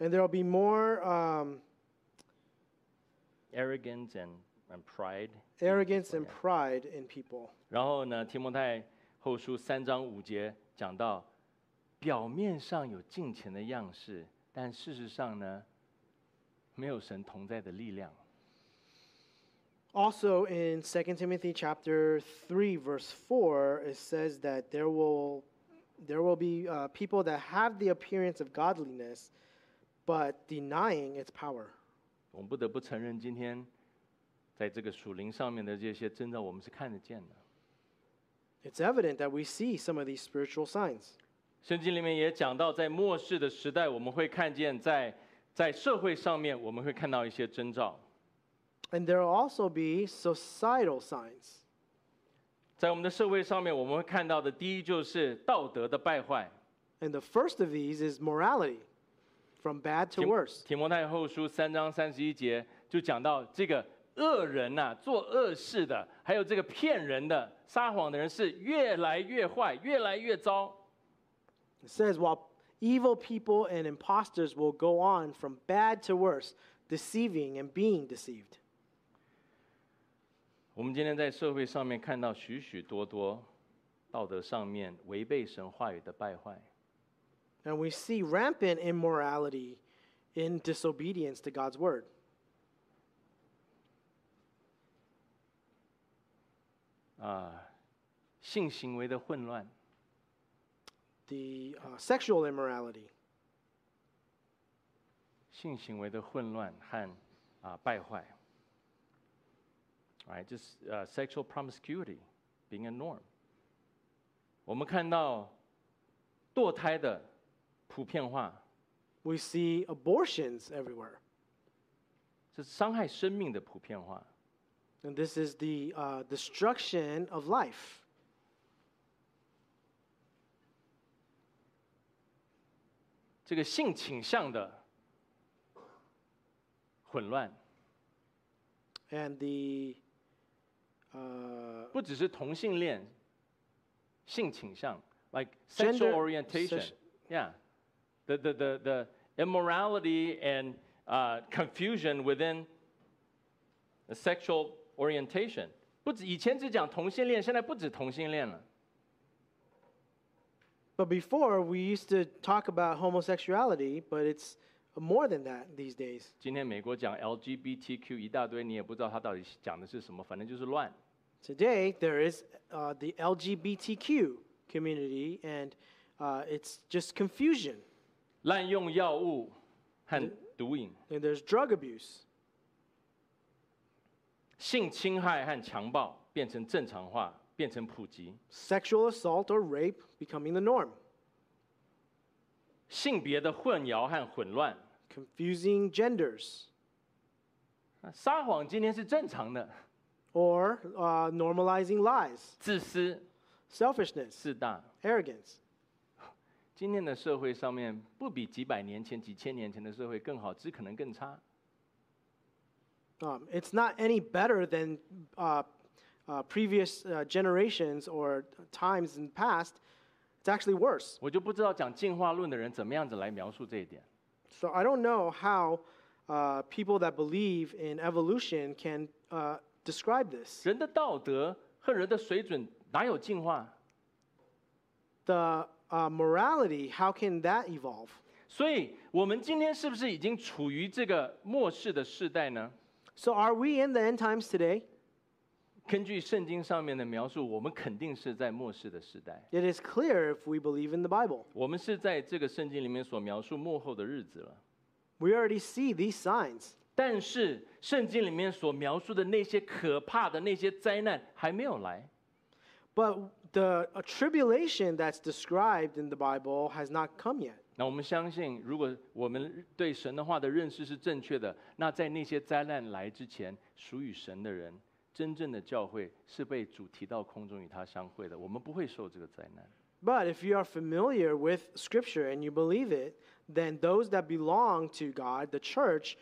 [SPEAKER 2] And there will be more um,
[SPEAKER 1] ，arrogance and and pride。
[SPEAKER 2] arrogance and pride in people.
[SPEAKER 1] 然后呢，提摩太后书三章五节讲到，表面上有敬虔的样式，但事实上呢，没有神同在的力量。
[SPEAKER 2] Also in 2 Timothy chapter 3 verse 4 it says that there will there will be uh, people that have the appearance of godliness but denying its power.
[SPEAKER 1] 我们不得不承认，今天在这个属灵上面的这些征兆，我们是看得见的。
[SPEAKER 2] It's evident that we see some of these spiritual signs.
[SPEAKER 1] 圣经里面也讲到，在末世的时代，我们会看见在在社会上面，我们会看到一些征兆。
[SPEAKER 2] And there will also be societal signs.
[SPEAKER 1] 在我们的社会上面，我们会看到的第一就是道德的败坏，
[SPEAKER 2] And the first of these is morality from bad to
[SPEAKER 1] 提
[SPEAKER 2] worse.
[SPEAKER 1] 提摩太后书三章三十一节就讲到这个恶人呐、做恶事的，还有这个骗人的、撒谎的人是越来越坏，越来越糟。
[SPEAKER 2] It says, while evil people and imposters will go on from bad to worse, deceiving and being deceived.
[SPEAKER 1] 我们今天在社会上面看到许许多多道德上面违背神话语的败坏，
[SPEAKER 2] And we see rampant immorality in disobedience to God's word.
[SPEAKER 1] 啊、性行为的混乱，
[SPEAKER 2] The uh, sexual immorality,
[SPEAKER 1] 性行为的混乱和啊、败坏。Right, just uh, sexual promiscuity being a norm. 我们看到堕胎的普遍化，
[SPEAKER 2] we see abortions everywhere.
[SPEAKER 1] 是伤害生命的普遍化。
[SPEAKER 2] And this is the uh, destruction of life.
[SPEAKER 1] 这个性倾向的混乱，
[SPEAKER 2] And the, uh,
[SPEAKER 1] 不只是同性恋性倾向，like sexual
[SPEAKER 2] Gender-
[SPEAKER 1] orientation,
[SPEAKER 2] sex-
[SPEAKER 1] yeah, the the the the immorality and uh, confusion within the sexual orientation. 不止以前只讲同性恋，现在不止同性恋了。
[SPEAKER 2] but before, we used to talk about homosexuality, but it's more than that these days.
[SPEAKER 1] 今天美国讲 LGBTQ 一大堆，你也不知道他到底讲的是什么，反正就是乱。
[SPEAKER 2] Today, there is uh, the LGBTQ community, and uh, it's just confusion.
[SPEAKER 1] 滥用药物和毒瘾、
[SPEAKER 2] And there's drug abuse,
[SPEAKER 1] 性侵害和强暴变成正常化，变成普及。
[SPEAKER 2] sexual assault or rape becoming the norm,
[SPEAKER 1] 性别的混淆和混乱。
[SPEAKER 2] confusing genders,
[SPEAKER 1] 啊撒谎今天是正常的，
[SPEAKER 2] or uh, normalizing lies,
[SPEAKER 1] 自私、
[SPEAKER 2] selfishness,
[SPEAKER 1] 自大。
[SPEAKER 2] arrogance.
[SPEAKER 1] 今天的社会上面不比几百年前、几千年前的社会更好，只可能更差。
[SPEAKER 2] Um, it's not any better than uh, uh, previous uh, generations or times in the past. It's actually worse.
[SPEAKER 1] 我就不知道讲进化论的人怎么样子来描述这一点。
[SPEAKER 2] So I don't know how uh, people that believe in evolution can uh, describe this.
[SPEAKER 1] 人的道德和人的水准哪有进化？
[SPEAKER 2] The uh, morality, how can that evolve?
[SPEAKER 1] 所以，我们今天是不是已经处于这个末世的世代呢？
[SPEAKER 2] So are we in the end times today?
[SPEAKER 1] 根据圣经上面的描述，我们肯定是在末世的时代。
[SPEAKER 2] It is clear if we believe in the Bible.
[SPEAKER 1] 我们是在这个圣经里面所描述幕后的日子了。
[SPEAKER 2] We already see these signs,
[SPEAKER 1] 但是圣经里面所描述的那些可怕的那些灾难还没有来，
[SPEAKER 2] but the uh, tribulation that's described in the Bible has not come yet.
[SPEAKER 1] 那我们相信，如果我们对神的话的认识是正确的，那在那些灾难来之前，属于神的人，真正的教会是被主提到空中与他相会的，我们不会受这个灾难。
[SPEAKER 2] But if you are familiar with Scripture and you believe it, then those that belong to God, the church,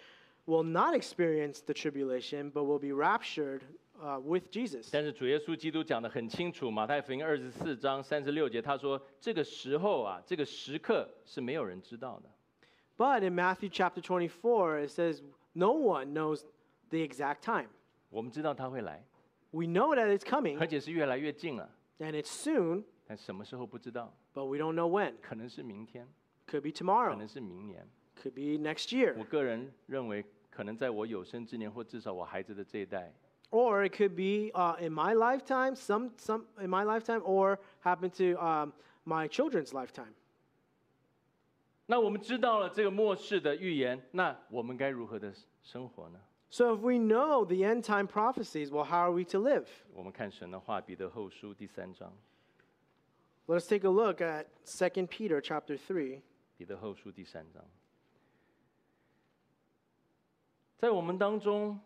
[SPEAKER 2] will not experience the tribulation, but will be raptured uh, with Jesus.
[SPEAKER 1] 但是主耶稣基督讲得很清楚，《马太福音》二十四章三十六节，他说：“这个时候啊，这个时刻是没有人知道的。
[SPEAKER 2] But in Matthew chapter 24, it says, No one knows the exact time.
[SPEAKER 1] 我们知道他会来，
[SPEAKER 2] We know that it's coming
[SPEAKER 1] 而且是越来越近了，
[SPEAKER 2] and it's soon,
[SPEAKER 1] 但什么时候不知道，
[SPEAKER 2] but we don't know when.
[SPEAKER 1] 可能是明天，
[SPEAKER 2] Could be
[SPEAKER 1] 可
[SPEAKER 2] tomorrow,
[SPEAKER 1] 能是明年。
[SPEAKER 2] could be next year,
[SPEAKER 1] 我个人认为，可能在我有生之年，或至少我孩子的这一代，
[SPEAKER 2] or it could be uh, in my lifetime, some, some in my lifetime, or happen to um, my children's lifetime.
[SPEAKER 1] 那我们知道了这个末世的预言，那我们该如何的生活呢？
[SPEAKER 2] So if we know the end time prophecies, well, how are we to live?
[SPEAKER 1] 我们看神的话，《彼得后书》第三章，《
[SPEAKER 2] Let us take a look at 2 Peter chapter 3.
[SPEAKER 1] 彼得后书》第三章，在我们当中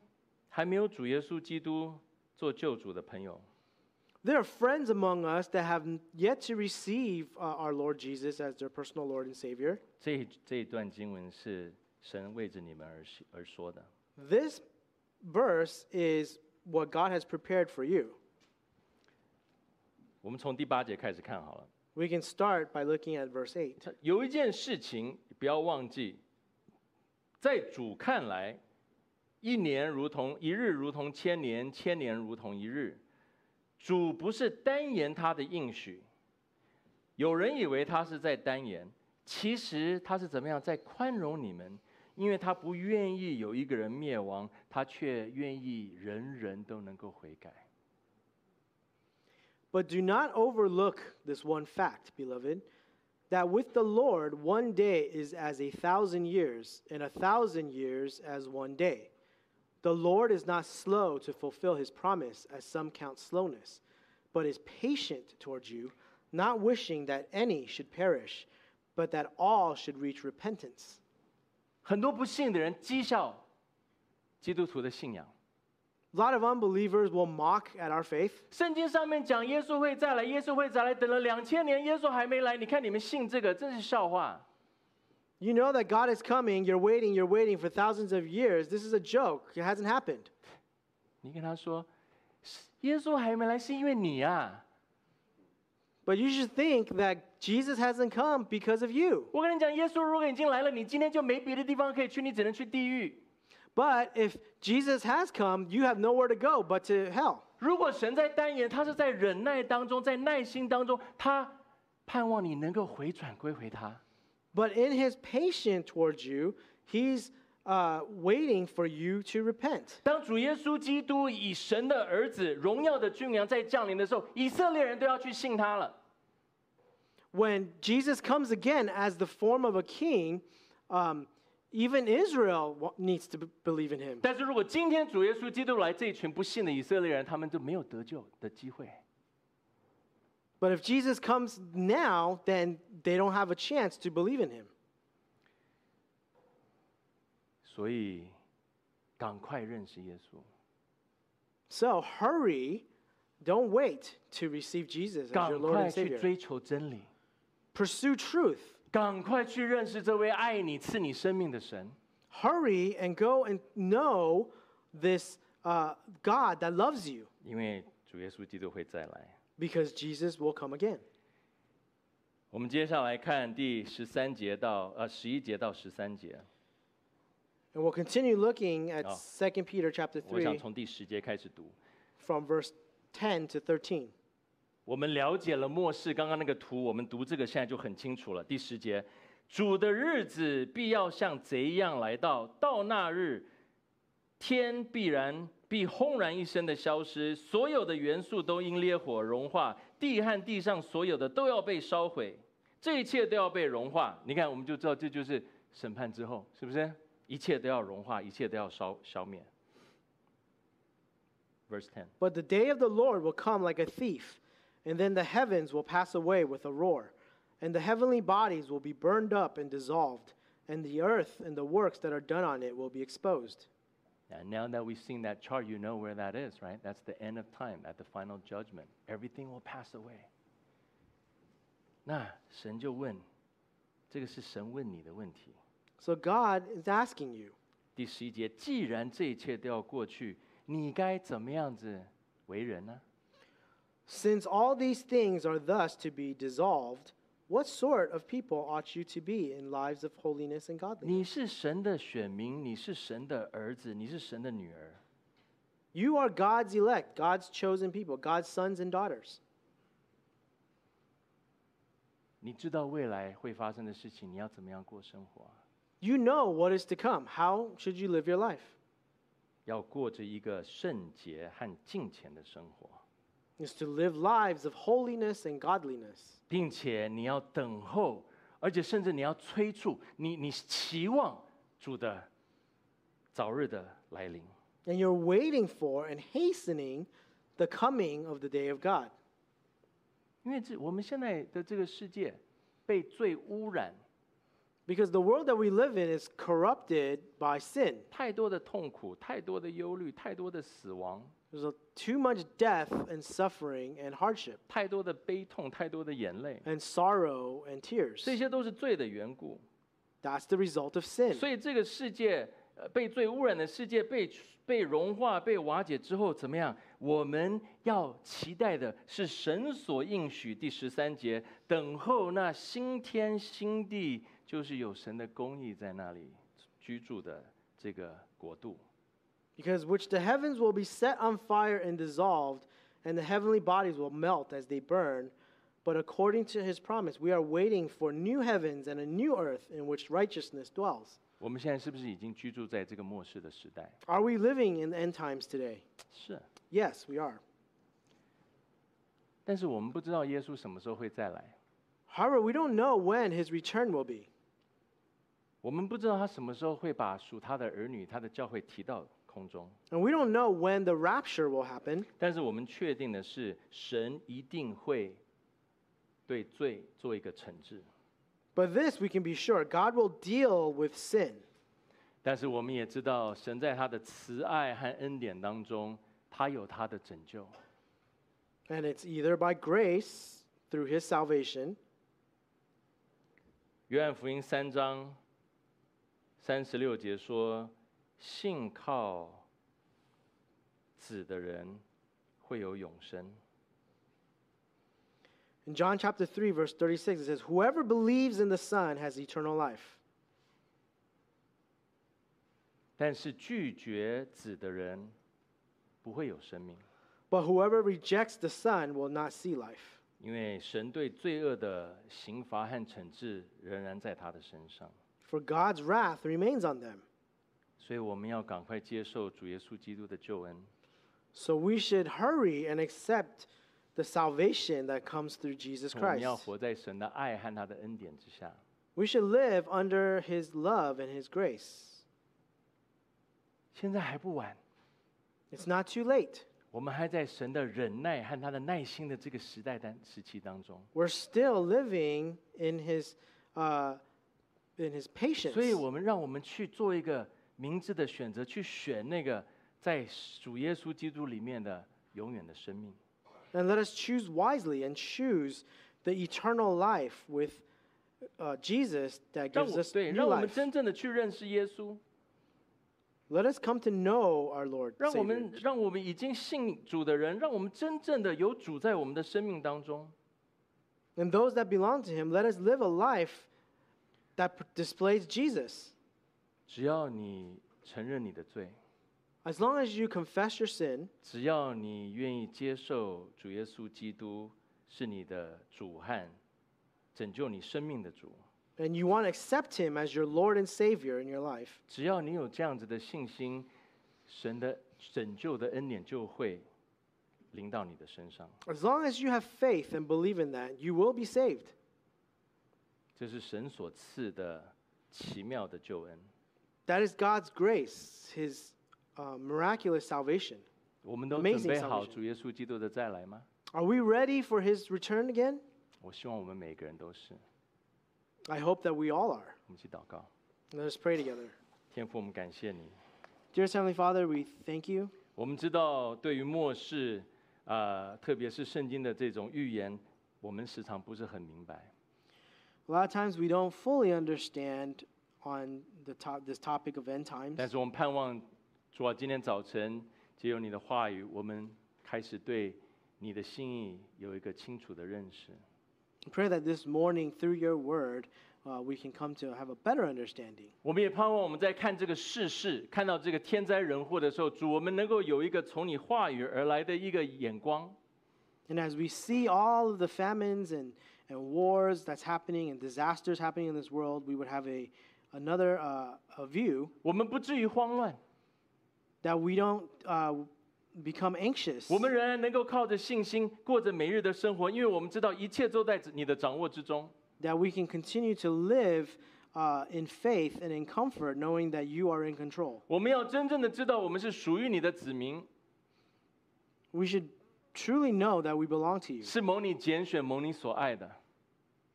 [SPEAKER 1] 还没有主耶稣基督做救主的朋友，
[SPEAKER 2] There are friends among us that have yet to receive uh, our Lord Jesus as their personal Lord and Savior.
[SPEAKER 1] 这一这一段经文是神为着你们而写而说的。
[SPEAKER 2] This verse is what God has prepared for you.
[SPEAKER 1] 我们从第八节开始看好了。
[SPEAKER 2] We can start by looking at verse 8.
[SPEAKER 1] 他有一件事情不要忘记，在主看来，一年如同一日，如同千年；千年如同一日。主不是单言他的应许，有人以为他是在单言，其实他是怎么样在宽容你们，因为他不愿意有一个人灭亡，他却愿意人人都能够悔改。
[SPEAKER 2] But do not overlook this one fact, beloved, that with the Lord one day is as a thousand years, and a thousand years as one day. The Lord is not slow to fulfill his promise, as some count slowness, but is patient towards you, not wishing that any should perish, but that all should reach repentance.
[SPEAKER 1] 很多不信的人讥笑基督徒的信仰。
[SPEAKER 2] A lot of unbelievers will mock at our faith.
[SPEAKER 1] 圣经上面讲耶稣会再来，耶稣会再来，等了两千年，耶稣还没来，你看你们信这个，真是笑话。
[SPEAKER 2] You know that God is coming, you're waiting, you're waiting for thousands of years. This is a joke, it hasn't happened.
[SPEAKER 1] 你跟他说，是耶稣还没来是因为你啊！
[SPEAKER 2] But you should think that Jesus hasn't come because of you.
[SPEAKER 1] 我跟你讲，耶稣如果已经来了，你今天就没别的地方可以去，你只能去地狱。
[SPEAKER 2] But if Jesus has come, you have nowhere to go but to hell.
[SPEAKER 1] 如果神在单言，他是在忍耐当中，在耐心当中，他盼望你能够回转归回他。
[SPEAKER 2] But in his patience towards you, he's uh, waiting for you to repent.
[SPEAKER 1] 当主耶稣基督以神的儿子、荣耀的君王在降临的时候，以色列人都要去信他了。
[SPEAKER 2] When Jesus comes again as the form of a king, um, even Israel wa- needs to b- believe in him.
[SPEAKER 1] 但是如果今天主耶稣基督来，这一群不信的以色列人，他们就没有得救的机会。
[SPEAKER 2] But if Jesus comes now, then they don't have a chance to believe in him.
[SPEAKER 1] 所以，赶快认识耶稣，
[SPEAKER 2] So hurry, don't wait to receive Jesus as
[SPEAKER 1] 赶
[SPEAKER 2] your Lord
[SPEAKER 1] 快
[SPEAKER 2] and
[SPEAKER 1] 去
[SPEAKER 2] Savior.
[SPEAKER 1] 追求真理，
[SPEAKER 2] Pursue truth.
[SPEAKER 1] 赶快去认识这位爱你、赐你生命的神。
[SPEAKER 2] Hurry and go and know this uh, God that loves you,
[SPEAKER 1] 因为主耶稣基督会再来。
[SPEAKER 2] because Jesus will come again.
[SPEAKER 1] 我们接下来看第十三节到呃十一节到十三节，
[SPEAKER 2] And we'll continue looking at
[SPEAKER 1] Oh.
[SPEAKER 2] Second 2 Peter chapter
[SPEAKER 1] 我想
[SPEAKER 2] 3
[SPEAKER 1] 从第十节开始读。
[SPEAKER 2] from verse 10 to 13.
[SPEAKER 1] 我们了解了末世，刚刚那个图，我们读这个现在就很清楚了。第十节，主的日子必要像贼一样来到，到那日，天必然必轰然一声的消失，所有的元素都因烈火融化，地和地上所有的都要被烧毁，这一切都要被融化。你看，我们就知道这就是审判之后，是不是？一切都要融化，一切都要烧消灭。Verse ten。
[SPEAKER 2] But the day of the Lord will come like a thief, and then the heavens will pass away with a roar, and the heavenly bodies will be burned up and dissolved, and the earth and the works that are done on it will be exposed.
[SPEAKER 1] And now that we've seen that chart, you know where that is, right? That's the end of time, at the final judgment. Everything will pass away. 那神就问，这个是神问你的问题。
[SPEAKER 2] So God is asking you,
[SPEAKER 1] 第十一节，既然这一切都要过去，你该怎么样子为人呢？
[SPEAKER 2] since all these things are thus to be dissolved, what sort of people ought you to be in lives of holiness and godliness?
[SPEAKER 1] 你是神的选民，你是神的儿子，你是神的女儿。
[SPEAKER 2] You are God's elect, God's chosen people, God's sons and daughters.
[SPEAKER 1] 你知道未来会发生的事情，你要怎么样过生活啊、
[SPEAKER 2] You know what is to come. How should you live your life?
[SPEAKER 1] 要过着一个圣洁和敬虔的生活。
[SPEAKER 2] Is to live lives of holiness and godliness.
[SPEAKER 1] 并且你要等候，而且甚至你要催促，你你期望主的早日的来临。
[SPEAKER 2] And you're waiting for and hastening the coming of the day of God.
[SPEAKER 1] 因为这我们现在的这个世界被罪污染，
[SPEAKER 2] Because the world that we live in is corrupted by sin.
[SPEAKER 1] 太多的痛苦，太多的忧虑，太多的死亡，
[SPEAKER 2] There's a, too much death and suffering and hardship
[SPEAKER 1] 太多的悲痛，太多的眼泪，
[SPEAKER 2] and sorrow and tears.
[SPEAKER 1] 这些都是罪的缘故。
[SPEAKER 2] That's the result of sin.
[SPEAKER 1] 所以这个世界呃被罪污染的世界被被融化、被瓦解之后，怎么样？我们要期待的是神所应许第十三节，等候那新天新地，就是有神的公义在那里居住的这个国度。
[SPEAKER 2] Because which the heavens will be set on fire and dissolved, and the heavenly bodies will melt as they burn. But according to his promise, we are waiting for new heavens and a new earth in which righteousness dwells.
[SPEAKER 1] 我们现在是不是已经居住在这个末世的时代？
[SPEAKER 2] Are we living in the end times today?
[SPEAKER 1] 是，
[SPEAKER 2] Yes, we are.
[SPEAKER 1] 但是我们不知道耶稣什么时候会再来，
[SPEAKER 2] However, we don't know when his return will be.
[SPEAKER 1] 我们不知道他什么时候会把属他的儿女、他的教会提到空中。
[SPEAKER 2] And we don't know when the rapture will happen,
[SPEAKER 1] 但是我们确定的是，神一定会对罪做一个惩治。
[SPEAKER 2] but this we can be sure God will deal with sin.
[SPEAKER 1] 但是我们也知道，神在他的慈爱和恩典当中，他有他的拯救。
[SPEAKER 2] And it's either by grace through his salvation
[SPEAKER 1] 约翰福音三章三十六节说：“信靠子的人会有永生。
[SPEAKER 2] In John chapter 3, verse 36, it says, Whoever believes in the Son has eternal life,
[SPEAKER 1] 但是拒绝子的人不会有生命，
[SPEAKER 2] but whoever rejects the Son will not see life.
[SPEAKER 1] 因为神对罪恶的刑罚和惩治仍然在他的身上。”
[SPEAKER 2] For God's wrath remains on them.
[SPEAKER 1] 所以我们要赶快接受主耶稣基督的救恩。
[SPEAKER 2] So we should hurry and accept the salvation that comes through Jesus
[SPEAKER 1] 我们
[SPEAKER 2] Christ.
[SPEAKER 1] 要活在神的爱和他的恩典之下。
[SPEAKER 2] We should live under his love and his grace.
[SPEAKER 1] 现在还不晚，
[SPEAKER 2] It's not too late.
[SPEAKER 1] 我们还在神的忍耐和他的耐心的这个时代当时期当中，
[SPEAKER 2] We're still living in his, uh, in his patience.
[SPEAKER 1] 所以我们让我们去做一个明智的选择，去选那个在主耶稣基督里面的永远的生命。
[SPEAKER 2] And let us choose wisely and choose the eternal life with uh, Jesus that
[SPEAKER 1] 让
[SPEAKER 2] gives
[SPEAKER 1] 我
[SPEAKER 2] us
[SPEAKER 1] 对，
[SPEAKER 2] new
[SPEAKER 1] 让我们
[SPEAKER 2] life.
[SPEAKER 1] 真正的去认识耶稣，
[SPEAKER 2] Let us come to know our Lord.
[SPEAKER 1] 让我
[SPEAKER 2] Savior.
[SPEAKER 1] 们让我们已经信主的人，让我们真正的有主在我们的生命当中。
[SPEAKER 2] And those that belong to him, let us live a life that p- displays Jesus.
[SPEAKER 1] 只要你承认你的罪，
[SPEAKER 2] As long as you confess your sin,
[SPEAKER 1] 只要你愿意接受主耶稣基督是你的主和拯救你生命的主，
[SPEAKER 2] and you want to accept him as your Lord and Savior in your life,
[SPEAKER 1] 只要你有这样子的信心，神的拯救的恩典就会临到你的身上。
[SPEAKER 2] as long as you have faith and believe in that, you will be saved.
[SPEAKER 1] 这是神所赐的奇妙的救恩。
[SPEAKER 2] That is God's grace, his uh, miraculous salvation.
[SPEAKER 1] 我们都
[SPEAKER 2] Amazing
[SPEAKER 1] 准备好
[SPEAKER 2] salvation
[SPEAKER 1] 主耶稣基督的再来吗？
[SPEAKER 2] Are we ready for his return again?
[SPEAKER 1] 我希望我们每个人都是。
[SPEAKER 2] I hope that we all are.
[SPEAKER 1] 我们去祷告，
[SPEAKER 2] Let us pray together.
[SPEAKER 1] 天父，我们感谢你。
[SPEAKER 2] Dearest Heavenly Father, we thank you.
[SPEAKER 1] 我们知道，对于末世，呃，特别是圣经的这种预言，我们时常不是很明白。
[SPEAKER 2] A lot of times we don't fully understand on the top, this topic of end times.
[SPEAKER 1] 但是我们盼望主啊，今天早晨借由你的话语，我们开始对你的心意有一个清楚的认识。
[SPEAKER 2] I pray that this morning, through your word, uh, we can come to have a better understanding.
[SPEAKER 1] 我们也盼望我们在看这个世事，看到这个天灾人祸的时候，主，我们能够有一个从你话语而来的一个眼光，
[SPEAKER 2] And as we see all of the famines and, and wars that's happening and disasters happening in this world, we would have a, another uh, a view
[SPEAKER 1] 我们不至于慌乱，
[SPEAKER 2] that we don't uh, become anxious.
[SPEAKER 1] 我们仍然能够靠着信心过着每日的生活，因为我们知道一切都在你的掌握之中。
[SPEAKER 2] that we can continue to live uh, in faith and in comfort, knowing that you are in control.
[SPEAKER 1] 我们要真正的知道，我们是属于你的子民，
[SPEAKER 2] We should truly know that we belong to you,
[SPEAKER 1] 是蒙你拣选、蒙你所爱的。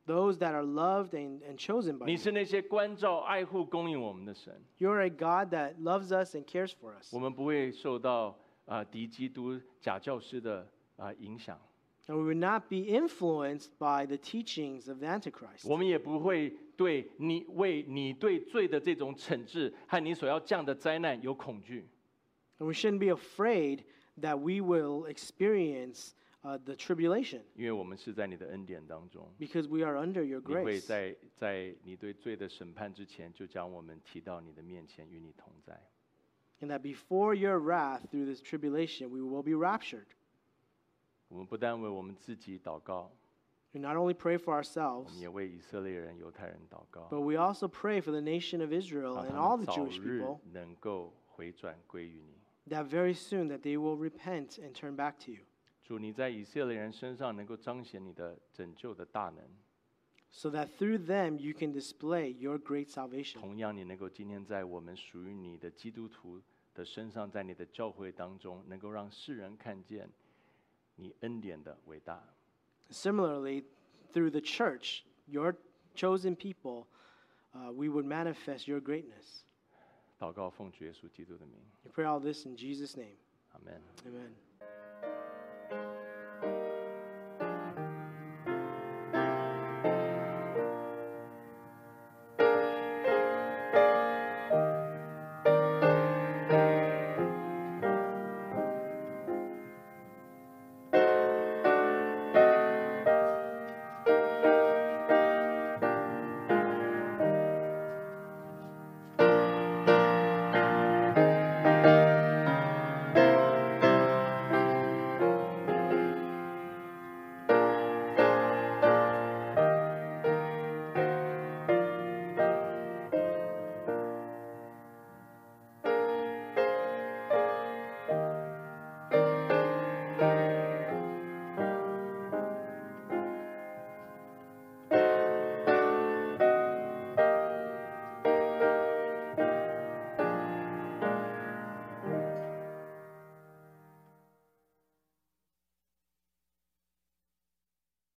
[SPEAKER 2] those that are loved and, and chosen by
[SPEAKER 1] 你
[SPEAKER 2] you.
[SPEAKER 1] 是那些关照、爱护、供应我们的神。
[SPEAKER 2] You're a God that loves us and cares for us.
[SPEAKER 1] 我们不会受到呃敌基督假教师的呃影响，
[SPEAKER 2] And we would not be influenced by the teachings of the Antichrist.
[SPEAKER 1] 我们也不会对你为你对罪的这种惩治和你所要降的灾难有恐惧。
[SPEAKER 2] And we shouldn't be afraid that we will experience uh, the tribulation
[SPEAKER 1] 因为我们是在你的恩典当中，
[SPEAKER 2] because we are under your
[SPEAKER 1] 你会
[SPEAKER 2] grace.
[SPEAKER 1] 在在你对罪的审判之前，就将我们提到你的面前，与你同在。
[SPEAKER 2] And that before your wrath through this tribulation, we will be raptured.
[SPEAKER 1] 我们不但为我们自己祷告，
[SPEAKER 2] We not only pray for
[SPEAKER 1] 我
[SPEAKER 2] ourselves,
[SPEAKER 1] 们也为以色列人、犹太人祷告，
[SPEAKER 2] But we also pray for the nation of Israel
[SPEAKER 1] 让
[SPEAKER 2] and
[SPEAKER 1] 他
[SPEAKER 2] all
[SPEAKER 1] 们
[SPEAKER 2] the
[SPEAKER 1] 早
[SPEAKER 2] Jewish
[SPEAKER 1] 日
[SPEAKER 2] people
[SPEAKER 1] 能够回转归于你。
[SPEAKER 2] that very soon that they will repent and turn back to you.
[SPEAKER 1] 主，你在以色列人身上能够彰显你的拯救的大能，
[SPEAKER 2] So that through them you can display your great salvation.
[SPEAKER 1] 同样你能够今天在我们属于你的基督徒的身上，在你的教会当中，能够让世人看见你恩典的伟大。
[SPEAKER 2] Similarly, through the church, your chosen people, uh, we would manifest your greatness.
[SPEAKER 1] 祷告奉主耶稣基督的名，
[SPEAKER 2] We pray all this in Jesus' name.
[SPEAKER 1] 阿门。
[SPEAKER 2] Amen.